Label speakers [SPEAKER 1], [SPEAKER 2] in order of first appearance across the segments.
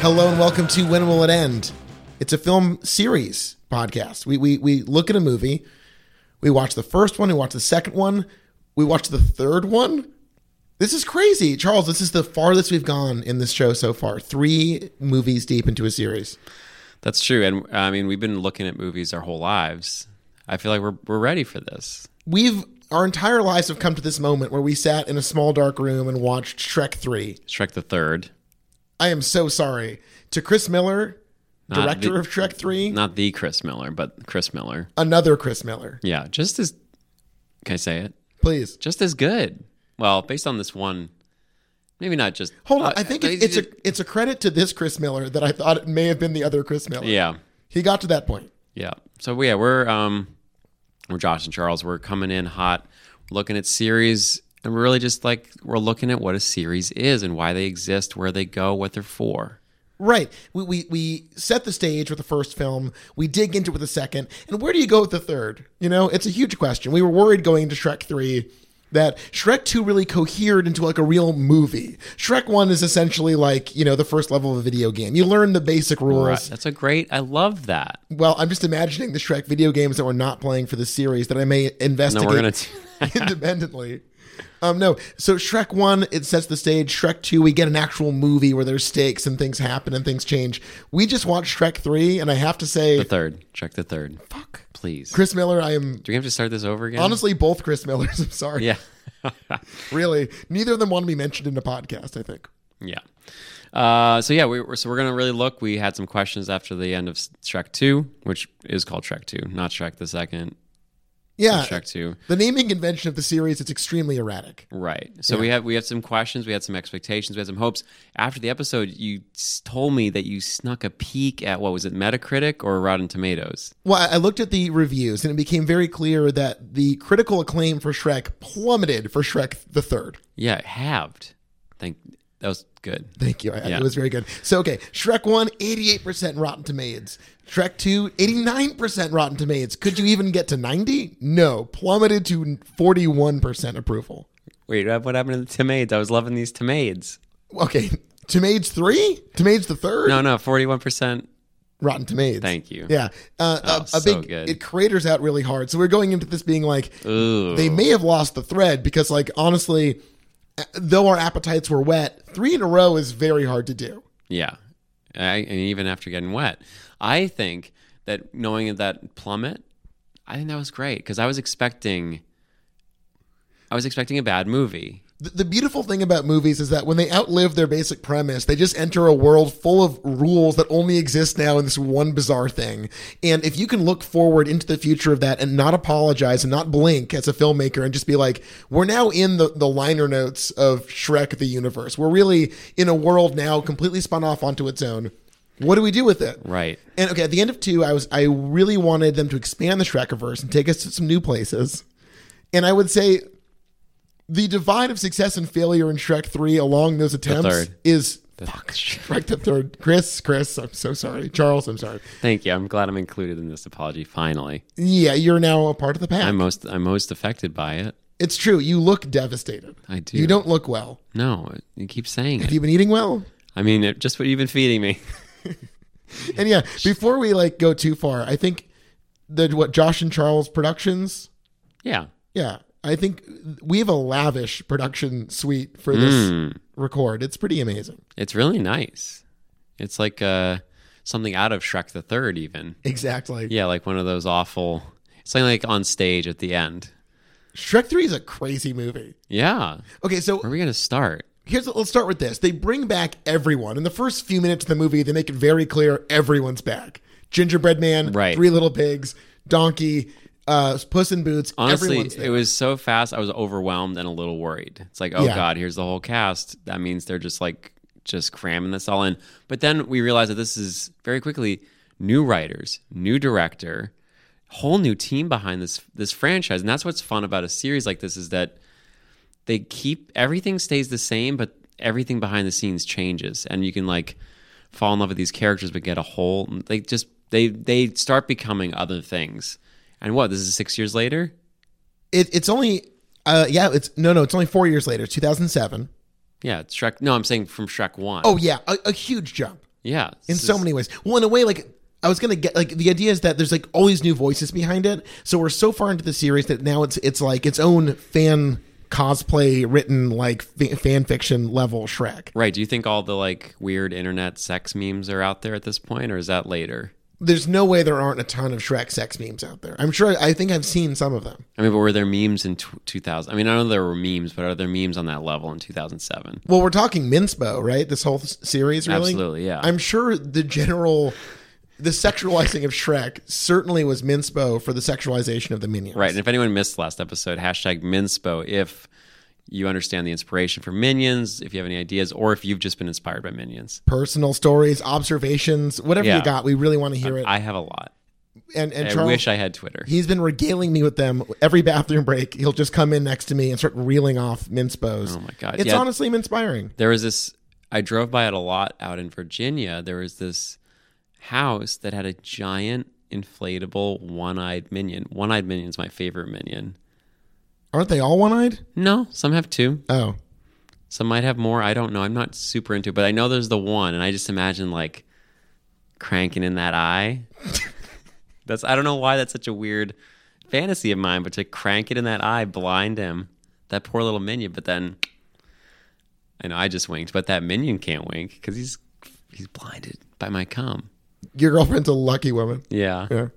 [SPEAKER 1] Hello and welcome to When Will It End? It's a film series podcast. We, we, we look at a movie, we watch the first one, we watch the second one, we watch the third one. This is crazy. Charles, this is the farthest we've gone in this show so far. Three movies deep into a series.
[SPEAKER 2] That's true. And I mean, we've been looking at movies our whole lives. I feel like we're, we're ready for this.
[SPEAKER 1] We've our entire lives have come to this moment where we sat in a small dark room and watched Shrek 3.
[SPEAKER 2] Shrek the Third.
[SPEAKER 1] I am so sorry. To Chris Miller,
[SPEAKER 2] Not
[SPEAKER 1] director
[SPEAKER 2] the-
[SPEAKER 1] of Shrek 3,
[SPEAKER 2] Not the Chris Miller, but Chris Miller.
[SPEAKER 1] another Chris Miller.
[SPEAKER 2] Yeah, just as, can I say it?
[SPEAKER 1] Please.
[SPEAKER 2] Just as good. Well, based on this one, maybe not just.
[SPEAKER 1] Hold on.
[SPEAKER 2] uh,
[SPEAKER 1] I think
[SPEAKER 2] but
[SPEAKER 1] it's,
[SPEAKER 2] he's
[SPEAKER 1] it's a it's a credit to this Chris Miller that I thought it may have been the other Chris Miller.
[SPEAKER 2] Yeah.
[SPEAKER 1] He got to that point.
[SPEAKER 2] Yeah. So yeah, we're um we're Josh and Charles. We're coming in hot, looking at series and we're really just like we're looking at what a series is and why they exist, where they go, what they're for.
[SPEAKER 1] Right. We, we we set the stage with the first film. We dig into it with the second. And where do you go with the third? You know, it's a huge question. We were worried going into Shrek 3 that Shrek 2 really cohered into like a real movie. Shrek 1 is essentially like, you know, the first level of a video game. You learn the basic rules.
[SPEAKER 2] Right. That's a great I love that.
[SPEAKER 1] Well, I'm just imagining the Shrek video games that we're not playing for the series that I may
[SPEAKER 2] No,
[SPEAKER 1] investigate.
[SPEAKER 2] we're gonna do
[SPEAKER 1] independently. Um, no, so Shrek one it sets the stage. Shrek two we get an actual movie where there's stakes and things happen and things change. We just watched Shrek three, and I have to say,
[SPEAKER 2] the third. Check the third.
[SPEAKER 1] fuck,
[SPEAKER 2] Please.
[SPEAKER 1] Chris Miller. I am
[SPEAKER 2] do we have to start this over again?
[SPEAKER 1] honestly both Chris Millers. I'm sorry,
[SPEAKER 2] Yeah.
[SPEAKER 1] really, neither of them want to be mentioned in a podcast. I think.
[SPEAKER 2] yeah. Uh, so yeah, we, we're so we're gonna really look. We had some questions after the end of Shrek Two, which is called Shrek Two, not Shrek the Second.
[SPEAKER 1] Yeah,
[SPEAKER 2] Shrek Two.
[SPEAKER 1] the naming convention of the series it's extremely erratic.
[SPEAKER 2] Right. So we have we have some questions, we had some expectations, we had some hopes. After the episode, you s- told me that you snuck a peek at what was it, Metacritic or Rotten Tomatoes?
[SPEAKER 1] Well, I- I looked at the reviews, and it became very clear that the critical acclaim for Shrek plummeted for Shrek the third.
[SPEAKER 2] Yeah, halved. Think that was good.
[SPEAKER 1] Thank you. I,
[SPEAKER 2] Yeah.
[SPEAKER 1] It was very good. So, okay, Shrek 1, 88% Rotten Tomatoes. Shrek 2, 89% Rotten Tomatoes. Could you even get to 90? No, plummeted to 41% approval.
[SPEAKER 2] Wait, what happened to the tomades? I was loving these tomades.
[SPEAKER 1] Okay, Tomatoes 3? Tomatoes the third?
[SPEAKER 2] No, no, forty-one percent.
[SPEAKER 1] Rotten Tomatoes.
[SPEAKER 2] Thank you.
[SPEAKER 1] Yeah. Uh,
[SPEAKER 2] Oh,
[SPEAKER 1] a- a,
[SPEAKER 2] so
[SPEAKER 1] big,
[SPEAKER 2] good.
[SPEAKER 1] it craters out really hard. So we're going into this being like,
[SPEAKER 2] Ooh.
[SPEAKER 1] they may have lost the thread because, like, honestly, a- though our appetites were wet, three in a row is very hard to do.
[SPEAKER 2] Yeah. I, and even after getting wet, I think that knowing that plummet, I think that was great because I was expecting, I was expecting a bad movie.
[SPEAKER 1] The- the beautiful thing about movies is that when they outlive their basic premise, they just enter a world full of rules that only exist now in this one bizarre thing. And if you can look forward into the future of that and not apologize and not blink as a filmmaker and just be like, we're now in the, the liner notes of Shrek the universe. We're really in a world now completely spun off onto its own. What do we do with it?
[SPEAKER 2] Right.
[SPEAKER 1] And okay, at the end of two, I was I really wanted them to expand the Shrekiverse and take us to some new places. And I would say the divide of success and failure in Shrek three along those attempts
[SPEAKER 2] third.
[SPEAKER 1] is
[SPEAKER 2] Fuck.
[SPEAKER 1] Shrek the third. Chris, Chris, I'm so sorry. Charles, I'm sorry.
[SPEAKER 2] Thank you. I'm glad I'm included in this apology. Finally,
[SPEAKER 1] Yeah, you're now a part of the pack.
[SPEAKER 2] I'm most I'm most affected by it.
[SPEAKER 1] it's true. You look devastated.
[SPEAKER 2] I do.
[SPEAKER 1] You don't look well.
[SPEAKER 2] No, you keep saying
[SPEAKER 1] Have
[SPEAKER 2] it.
[SPEAKER 1] you been eating well?
[SPEAKER 2] I mean, it, just what you've been feeding me.
[SPEAKER 1] And yeah, before we like go too far, I think the what Josh and Charles Productions
[SPEAKER 2] yeah.
[SPEAKER 1] Yeah, I think we have a lavish production suite for this
[SPEAKER 2] Hmm.
[SPEAKER 1] record. It's pretty amazing.
[SPEAKER 2] It's really nice. It's like uh, something out of Shrek the Third, even.
[SPEAKER 1] Exactly.
[SPEAKER 2] Yeah, like one of those awful. Something like on stage at the end.
[SPEAKER 1] Shrek 3 is a crazy movie.
[SPEAKER 2] Yeah.
[SPEAKER 1] Okay, so
[SPEAKER 2] Where are we gonna start?
[SPEAKER 1] here's let's start with this. They bring back everyone. In the first few minutes of the movie, they make it very clear everyone's back. Gingerbread Man,
[SPEAKER 2] Right.
[SPEAKER 1] Three Little Pigs, Donkey, uh, Puss in Boots,
[SPEAKER 2] Honestly,
[SPEAKER 1] everyone's there.
[SPEAKER 2] it was so fast. I was overwhelmed and a little worried. It's like, oh
[SPEAKER 1] Yeah.
[SPEAKER 2] god, here's the whole cast. That means they're just like just cramming this all in. But then we realized that this is very quickly new writers, new director, whole new team behind this this franchise, and that's what's fun about a series like this is that they keep everything stays the same, but everything behind the scenes changes, and you can like fall in love with these characters, but get a whole they just they they start becoming other things. And what this is six years later.
[SPEAKER 1] It- it's only uh, yeah, it's no no, it's only 4 years later, 2007.
[SPEAKER 2] Yeah, it's Shrek. No, I'm saying from Shrek One.
[SPEAKER 1] Oh yeah, a, a huge jump.
[SPEAKER 2] Yeah.
[SPEAKER 1] Oh, in
[SPEAKER 2] This
[SPEAKER 1] so
[SPEAKER 2] is-
[SPEAKER 1] many ways. Well, in a way, like I was gonna get like the idea is that there's like all these new voices behind it. So we're so far into the series that now it's it's like its own fan cosplay written like fa- fan fiction level Shrek.
[SPEAKER 2] Right. Do you think all the like weird internet sex memes are out there at this point, or is that later?
[SPEAKER 1] There's no way there aren't a ton of Shrek sex memes out there. I'm sure. I think I've seen some of them.
[SPEAKER 2] I mean, but were there memes in tw 2000? I mean, I know there were memes, but are there memes on that level in 2007?
[SPEAKER 1] Well, we're talking Minspo, right? This whole s- series, really.
[SPEAKER 2] Absolutely, yeah.
[SPEAKER 1] I'm sure the general. The sexualizing of Shrek certainly was Minspo for the sexualization of the minions.
[SPEAKER 2] Right. And if anyone missed last episode, hashtag Minspo if you understand the inspiration for Minions, if you have any ideas, or if you've just been inspired by Minions.
[SPEAKER 1] Personal stories, observations, whatever
[SPEAKER 2] Yeah.
[SPEAKER 1] you got, we really want to hear it.
[SPEAKER 2] I have a lot.
[SPEAKER 1] and and
[SPEAKER 2] I
[SPEAKER 1] Charles,
[SPEAKER 2] wish I had Twitter.
[SPEAKER 1] he's been regaling me with them every bathroom break. He'll just come in next to me and start reeling off minspos.
[SPEAKER 2] Oh my God.
[SPEAKER 1] It's
[SPEAKER 2] Yeah.
[SPEAKER 1] honestly inspiring.
[SPEAKER 2] there was this i drove by it a lot out in virginia there was this house that had a giant inflatable one-eyed minion one-eyed minion's my favorite minion
[SPEAKER 1] Aren't they all one-eyed?
[SPEAKER 2] no some have two
[SPEAKER 1] Oh,
[SPEAKER 2] some might have more i don't know i'm not super into it but i know there's the one and i just imagine like cranking in that eye that's i don't know why that's such a weird fantasy of mine but to crank it in that eye blind him that poor little minion but then i know i just winked but that minion can't wink because he's he's blinded by my cum
[SPEAKER 1] your girlfriend's a lucky woman.
[SPEAKER 2] yeah,
[SPEAKER 1] Yeah.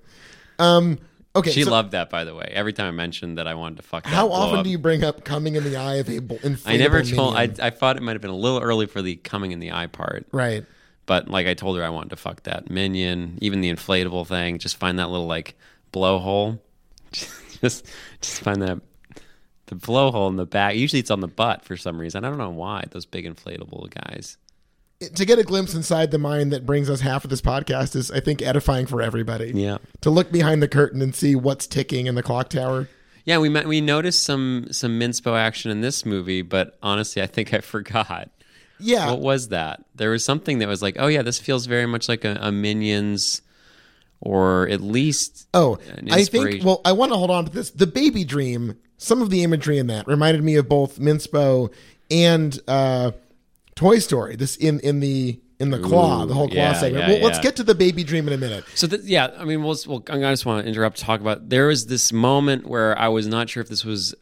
[SPEAKER 1] Um. Okay.
[SPEAKER 2] she
[SPEAKER 1] so
[SPEAKER 2] loved that by the way every time i mentioned that i wanted to fuck that
[SPEAKER 1] how
[SPEAKER 2] blow
[SPEAKER 1] often
[SPEAKER 2] up.
[SPEAKER 1] do you bring up coming in the eye of a bl- inflatable?
[SPEAKER 2] i never told I,
[SPEAKER 1] minion?
[SPEAKER 2] I thought it might have been a little early for the coming in the eye part
[SPEAKER 1] right.
[SPEAKER 2] But like I told her, I wanted to fuck that minion, even the inflatable thing. Just find that little like blowhole. just just find that the blowhole in the back. Usually it's on the butt for some reason. I don't know why those big inflatable guys.
[SPEAKER 1] To get a glimpse inside the mind that brings us half of this podcast is, I think, edifying for everybody.
[SPEAKER 2] Yeah,
[SPEAKER 1] To look behind the curtain and see what's ticking in the clock tower.
[SPEAKER 2] yeah. We met, we noticed some some minspo action in this movie, but honestly, I think I forgot.
[SPEAKER 1] Yeah.
[SPEAKER 2] What was that? There was something that was like, oh yeah, this feels very much like a, a minions, or at least
[SPEAKER 1] Oh,
[SPEAKER 2] an
[SPEAKER 1] I think.
[SPEAKER 2] inspiration.
[SPEAKER 1] Well, I want to hold on to this. The baby dream. Some of the imagery in that reminded me of both Minspo and uh, Toy Story. This in in the in the claw,
[SPEAKER 2] Ooh,
[SPEAKER 1] the whole claw
[SPEAKER 2] yeah,
[SPEAKER 1] segment.
[SPEAKER 2] yeah,
[SPEAKER 1] well, let's
[SPEAKER 2] yeah.
[SPEAKER 1] get to the baby dream in a minute.
[SPEAKER 2] So th- yeah, I mean, we'll, we'll, I just want to interrupt to talk about. There was this moment where I was not sure if this was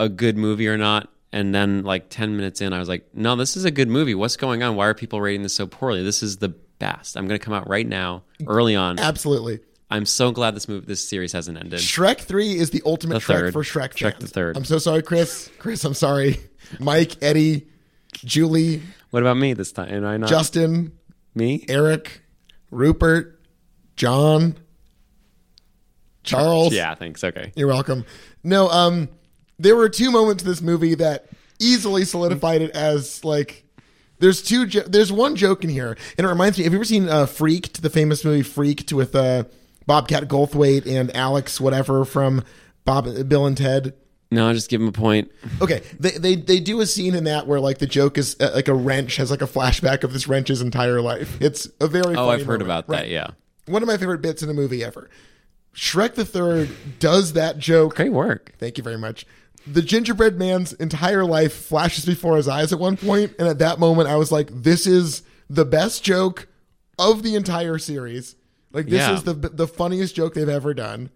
[SPEAKER 2] a good movie or not, and then like ten minutes in, I was like, "No, this is a good movie. What's going on? Why are people rating this so poorly? This is the best. I'm going to come out right now, early on.
[SPEAKER 1] Absolutely,
[SPEAKER 2] I'm so glad this movie, this series hasn't ended.
[SPEAKER 1] Shrek Three is the ultimate Shrek
[SPEAKER 2] third.
[SPEAKER 1] for Shrek fans.
[SPEAKER 2] Shrek the third.
[SPEAKER 1] I'm so sorry, Chris. Chris, I'm sorry. Mike, Eddie, Julie,
[SPEAKER 2] What about me this time? Am I not
[SPEAKER 1] Justin,
[SPEAKER 2] me?
[SPEAKER 1] Eric, Rupert, John, Charles.
[SPEAKER 2] Yeah, thanks. Okay.
[SPEAKER 1] You're welcome. No, um, there were two moments in this movie that easily solidified it as like. There's two. Jo- there's one joke in here, and it reminds me. Have you ever seen uh, Freaked, the famous movie Freaked with uh, Bobcat Goldthwait and Alex whatever from Bob, Bill and Ted?
[SPEAKER 2] No, just give him a point.
[SPEAKER 1] Okay, they, they they do a scene in that where like the joke is uh, like a wrench has like a flashback of this wrench's entire life. It's a very
[SPEAKER 2] Oh,
[SPEAKER 1] funny
[SPEAKER 2] I've heard
[SPEAKER 1] moment.
[SPEAKER 2] about
[SPEAKER 1] Right.
[SPEAKER 2] that. Yeah.
[SPEAKER 1] One of my favorite bits in a movie ever. Shrek the Third does that joke
[SPEAKER 2] Great work.
[SPEAKER 1] Thank you very much. The gingerbread man's entire life flashes before his eyes at one point, and at that moment, I was like, "This is the best joke of the entire series. Like, this
[SPEAKER 2] Yeah.
[SPEAKER 1] is the the funniest joke they've ever done."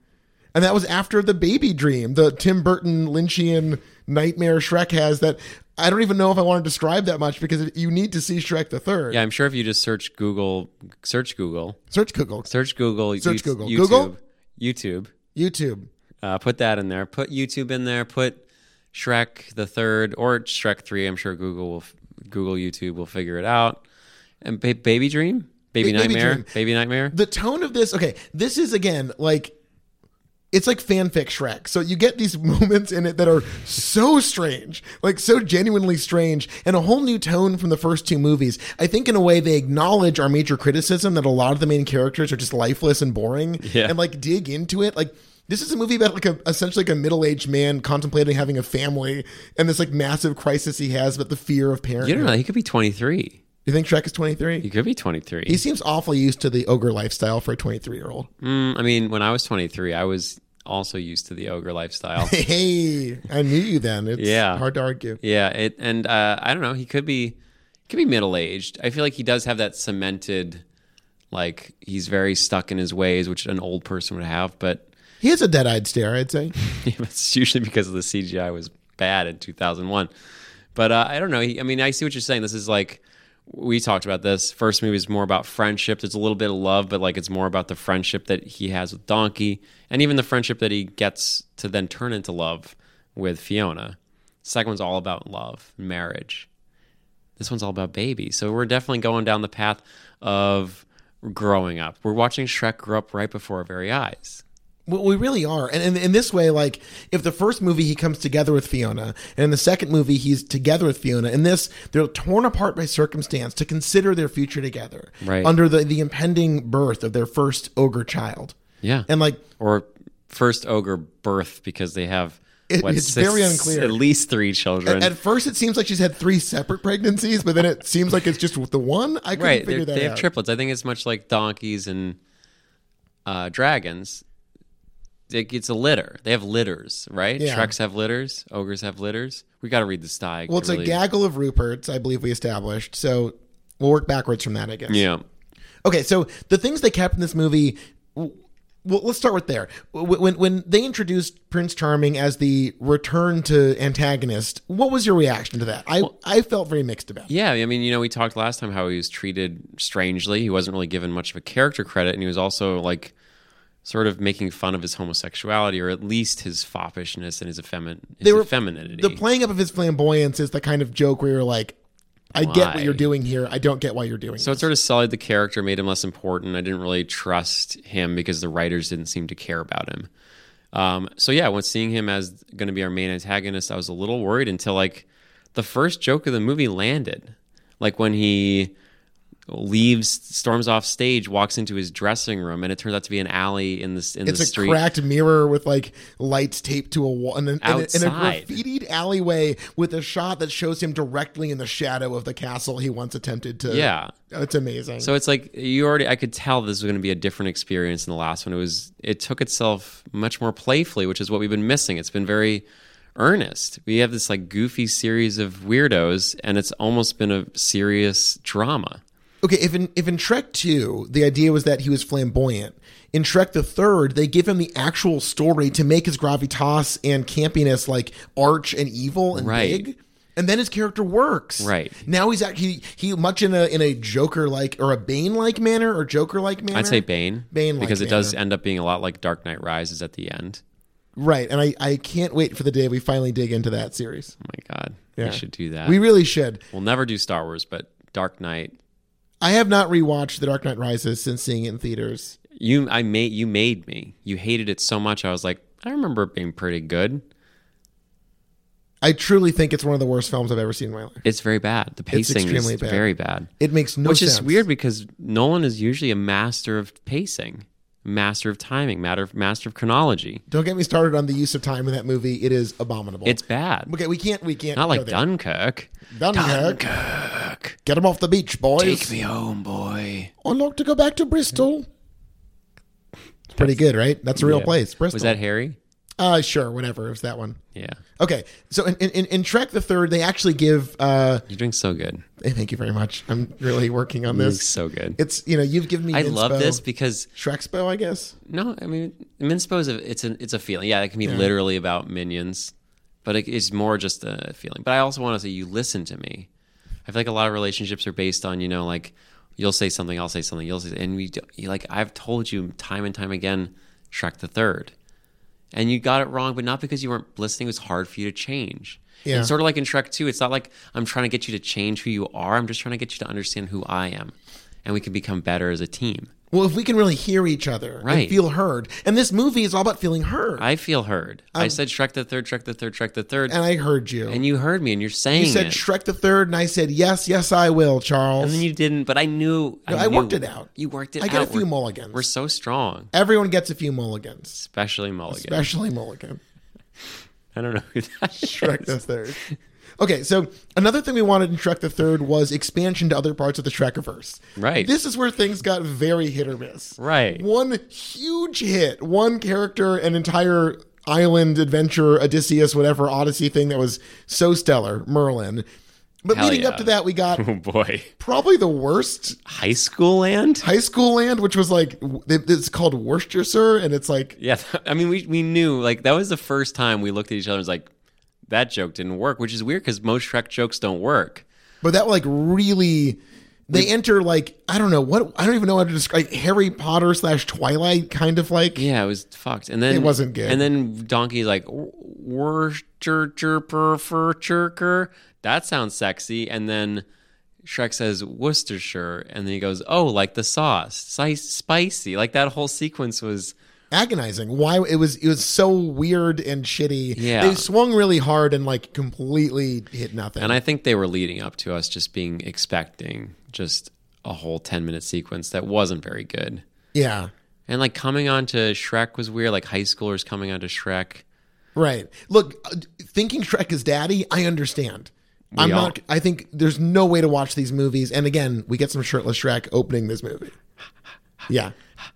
[SPEAKER 1] And that was after the baby dream, the Tim Burton Lynchian nightmare Shrek has. That I don't even know if I want to describe that much because you need to see Shrek the Third.
[SPEAKER 2] Yeah, I'm sure if you just search Google, search Google,
[SPEAKER 1] Search Google,
[SPEAKER 2] Search Google.
[SPEAKER 1] Search
[SPEAKER 2] Yout-
[SPEAKER 1] Google.
[SPEAKER 2] YouTube,
[SPEAKER 1] Google?
[SPEAKER 2] YouTube.
[SPEAKER 1] YouTube.
[SPEAKER 2] Uh, put that in there. Put YouTube in there. Put Shrek the third or Shrek three. I'm sure Google will. f- Google YouTube will figure it out. And ba- Baby Dream, Baby
[SPEAKER 1] Ba- Baby
[SPEAKER 2] Nightmare,
[SPEAKER 1] Dream.
[SPEAKER 2] Baby, Nightmare.
[SPEAKER 1] the tone of this okay this is again like it's like fanfic shrek so you get these moments in it that are so strange like so genuinely strange and a whole new tone from the first two movies i think in a way they acknowledge our major criticism that a lot of the main characters are just lifeless and boring
[SPEAKER 2] Yeah.
[SPEAKER 1] and like dig into it like this is a movie about like a essentially like a middle-aged man contemplating having a family and this like massive crisis he has about the fear of parents
[SPEAKER 2] You don't
[SPEAKER 1] you
[SPEAKER 2] know. He could be 23.
[SPEAKER 1] think shrek is 23
[SPEAKER 2] He could be 23.
[SPEAKER 1] he seems awfully used to the ogre lifestyle for a 23 year old
[SPEAKER 2] Mm, I mean, when I was 23, I was also used to the ogre lifestyle.
[SPEAKER 1] hey, I knew you then. It's
[SPEAKER 2] Yeah.
[SPEAKER 1] hard to argue.
[SPEAKER 2] yeah. It and uh, I don't know. He could be. could be middle aged. I feel like he does have that cemented, like he's very stuck in his ways, which an old person would have. But
[SPEAKER 1] He has a dead eyed stare, I'd say.
[SPEAKER 2] it's usually because of the CGI was bad in 2001. But uh, I don't know. He, I mean, I see what you're saying. This is like we talked about this. First movie is more about friendship. There's a little bit of love, but like it's more about the friendship that he has with Donkey, and even the friendship that he gets to then turn into love with Fiona. Second one's all about love, marriage. This one's all about baby. So we're definitely going down the path of growing up. We're watching Shrek grow up right before our very eyes.
[SPEAKER 1] Well, we really are. And in, in this way, like, if the first movie he comes together with Fiona, and in the second movie he's together with Fiona, in this, they're torn apart by circumstance to consider their future together
[SPEAKER 2] Right.
[SPEAKER 1] under the, the impending birth of their first ogre child.
[SPEAKER 2] Yeah.
[SPEAKER 1] And, like,
[SPEAKER 2] or first ogre birth because they have
[SPEAKER 1] It-
[SPEAKER 2] what,
[SPEAKER 1] it's
[SPEAKER 2] six-
[SPEAKER 1] very unclear.
[SPEAKER 2] At least three children,
[SPEAKER 1] at first it seems like she's had three separate pregnancies, but then it seems like it's just the one. I couldn't
[SPEAKER 2] right?
[SPEAKER 1] figure
[SPEAKER 2] they're-
[SPEAKER 1] that
[SPEAKER 2] They have
[SPEAKER 1] out.
[SPEAKER 2] triplets. I think it's much like donkeys and uh, dragons. It, it's a litter. They have litters, right?
[SPEAKER 1] Yeah.
[SPEAKER 2] Shreks have litters. Ogres have litters. We got to read the sty.
[SPEAKER 1] well, it's a gaggle of Ruperts, I believe we established. So we'll work backwards from that, I guess.
[SPEAKER 2] Yeah.
[SPEAKER 1] Okay, so the things they kept in this movie. w- Well, let's start with there. W- When when they introduced Prince Charming as the return to antagonist, what was your reaction to that? I I felt very mixed about. it.
[SPEAKER 2] Yeah, I mean, you know, we talked last time how he was treated strangely. He wasn't really given much of a character credit, and he was also like sort of making fun of his homosexuality, or at least his foppishness and his, effemin- his
[SPEAKER 1] were-
[SPEAKER 2] effeminacy.
[SPEAKER 1] The playing up of his flamboyance is the kind of joke where you're like, I get
[SPEAKER 2] Why?
[SPEAKER 1] what you're doing here. I don't get why you're doing.
[SPEAKER 2] so it sort of sullied the character, made him less important. I didn't really trust him because the writers didn't seem to care about him. Um, so yeah, when seeing him as going to be our main antagonist, I was a little worried until like the first joke of the movie landed, like when he leaves, storms off stage, walks into his dressing room, and it turns out to be an alley in this in
[SPEAKER 1] It's
[SPEAKER 2] the
[SPEAKER 1] a
[SPEAKER 2] street.
[SPEAKER 1] cracked mirror with like lights taped to a wall, and then in a, in a
[SPEAKER 2] Outside.
[SPEAKER 1] graffitied alleyway with a shot that shows him directly in the shadow of the castle he once attempted to.
[SPEAKER 2] yeah,
[SPEAKER 1] it's amazing.
[SPEAKER 2] So it's like you already I could tell this was going to be a different experience than the last one. It was it took itself much more playfully, which is what we've been missing. It's been very earnest. We have this like goofy series of weirdos and it's almost been a serious drama.
[SPEAKER 1] Okay, if in if in Trek two the idea was that he was flamboyant, in Trek the third they give him the actual story to make his gravitas and campiness like arch and evil and
[SPEAKER 2] Right.
[SPEAKER 1] big, and then his character works.
[SPEAKER 2] Right.
[SPEAKER 1] now he's actually he much in a in a Joker like or a Bane like manner or Joker like manner.
[SPEAKER 2] I'd say Bane,
[SPEAKER 1] Bane-like
[SPEAKER 2] because it does end up being a lot like Dark Knight Rises at the end.
[SPEAKER 1] right, and I I can't wait for the day we finally dig into that series.
[SPEAKER 2] Oh my god,
[SPEAKER 1] Yeah.
[SPEAKER 2] we should do that.
[SPEAKER 1] We
[SPEAKER 2] We
[SPEAKER 1] really should.
[SPEAKER 2] will never do Star Wars, but Dark Knight.
[SPEAKER 1] I have not rewatched The Dark Knight Rises since seeing it in theaters.
[SPEAKER 2] You I made you made me. You hated it so much. I was like, I remember it being pretty good.
[SPEAKER 1] I truly think it's one of the worst films I've ever seen in my life.
[SPEAKER 2] It's very bad. The pacing is
[SPEAKER 1] extremely bad.
[SPEAKER 2] very bad.
[SPEAKER 1] It makes no
[SPEAKER 2] Which
[SPEAKER 1] sense.
[SPEAKER 2] is weird because Nolan is usually a master of pacing, master of timing, matter master of chronology.
[SPEAKER 1] Don't get me started on the use of time in that movie. It is abominable.
[SPEAKER 2] It's bad.
[SPEAKER 1] okay. We can't. We can't.
[SPEAKER 2] Not
[SPEAKER 1] go
[SPEAKER 2] like
[SPEAKER 1] there.
[SPEAKER 2] Dunkirk.
[SPEAKER 1] Dunkirk. Get them off the beach, boys.
[SPEAKER 2] me home, boy.
[SPEAKER 1] I'd like to go back to Bristol. It's pretty good, right? That's a real
[SPEAKER 2] Yeah.
[SPEAKER 1] place, Bristol.
[SPEAKER 2] Was that Harry?
[SPEAKER 1] Uh, sure. Whatever. It was that one.
[SPEAKER 2] Yeah.
[SPEAKER 1] Okay. So in in, in, in Trek the Third, they actually give. Uh,
[SPEAKER 2] You're doing so good.
[SPEAKER 1] hey, thank you very much. I'm really working on
[SPEAKER 2] You're doing
[SPEAKER 1] this.
[SPEAKER 2] so good.
[SPEAKER 1] It's you know you've given me.
[SPEAKER 2] I love
[SPEAKER 1] inspo.
[SPEAKER 2] this because
[SPEAKER 1] Shrekspo, I guess.
[SPEAKER 2] no, I mean Minspo is a, it's an it's a feeling. Yeah, it can be literally about minions, but it, it's more just a feeling. But I also want to say you listen to me. I feel like a lot of relationships are based on you know like you'll say something, I'll say something, you'll say, and we do, you like I've told you time and time again, Shrek the Third, and you got it wrong, but not because you weren't listening. It was hard for you to change.
[SPEAKER 1] Yeah.
[SPEAKER 2] And sort of like in Shrek Two, it's not like I'm trying to get you to change who you are. I'm just trying to get you to understand who I am, and we can become better as a team.
[SPEAKER 1] Well, if we can really hear each other and
[SPEAKER 2] Right.
[SPEAKER 1] feel heard, and this movie is all about feeling heard,
[SPEAKER 2] I feel heard.
[SPEAKER 1] Um,
[SPEAKER 2] I said Shrek the third, Shrek the third, Shrek the third, and,
[SPEAKER 1] and I heard you.
[SPEAKER 2] you heard me, and you're saying
[SPEAKER 1] You um, said
[SPEAKER 2] it.
[SPEAKER 1] Shrek the Third, and I said yes, yes, I will, Charles.
[SPEAKER 2] and then you didn't, but I knew.
[SPEAKER 1] No, I
[SPEAKER 2] knew.
[SPEAKER 1] worked it out.
[SPEAKER 2] You worked it.
[SPEAKER 1] I get a
[SPEAKER 2] out.
[SPEAKER 1] few
[SPEAKER 2] We're-
[SPEAKER 1] mulligans.
[SPEAKER 2] We're so strong,
[SPEAKER 1] Everyone gets a few mulligans,
[SPEAKER 2] especially Mulligan.
[SPEAKER 1] especially mulligan.
[SPEAKER 2] I don't know who that is.
[SPEAKER 1] Shrek the Third. Okay, so another thing we wanted in Shrek the Third was expansion to other parts of the Shrekiverse.
[SPEAKER 2] Right.
[SPEAKER 1] This is where things got very hit or miss.
[SPEAKER 2] Right.
[SPEAKER 1] One huge hit, one character, an entire island adventure, Odysseus, whatever Odyssey thing that was so stellar, Merlin. But
[SPEAKER 2] Hell
[SPEAKER 1] leading
[SPEAKER 2] yeah.
[SPEAKER 1] up to that, we got
[SPEAKER 2] Oh boy,
[SPEAKER 1] probably the worst
[SPEAKER 2] high school land.
[SPEAKER 1] high school land, which was like w- it's called Worcestershire, and it's like
[SPEAKER 2] Yeah, I mean, we we knew like that was the first time we looked at each other and was like, that joke didn't work, which is weird because most Shrek jokes don't work.
[SPEAKER 1] But that like really, they enter like I don't know what I don't even know how to describe like, Harry Potter slash Twilight kind of like.
[SPEAKER 2] Yeah, it was fucked. And then
[SPEAKER 1] It wasn't good.
[SPEAKER 2] And then Donkey's like Worcestershire, that sounds sexy. And then Shrek says Worcestershire, and then he goes, "Oh, like the sauce, Si- spicy." Like that whole sequence was
[SPEAKER 1] agonizing. Why it was it was so weird and shitty.
[SPEAKER 2] Yeah.
[SPEAKER 1] they swung really hard and like completely hit nothing.
[SPEAKER 2] And I think they were leading up to us just being expecting just a whole 10 minute sequence that wasn't very good.
[SPEAKER 1] yeah,
[SPEAKER 2] And like coming onto Shrek was weird, like high schoolers coming onto Shrek.
[SPEAKER 1] right. Look, uh, thinking Shrek is daddy, I understand. I'm
[SPEAKER 2] all-
[SPEAKER 1] not. I think there's no way to watch these movies. And again, we get some shirtless Shrek opening this movie. Yeah,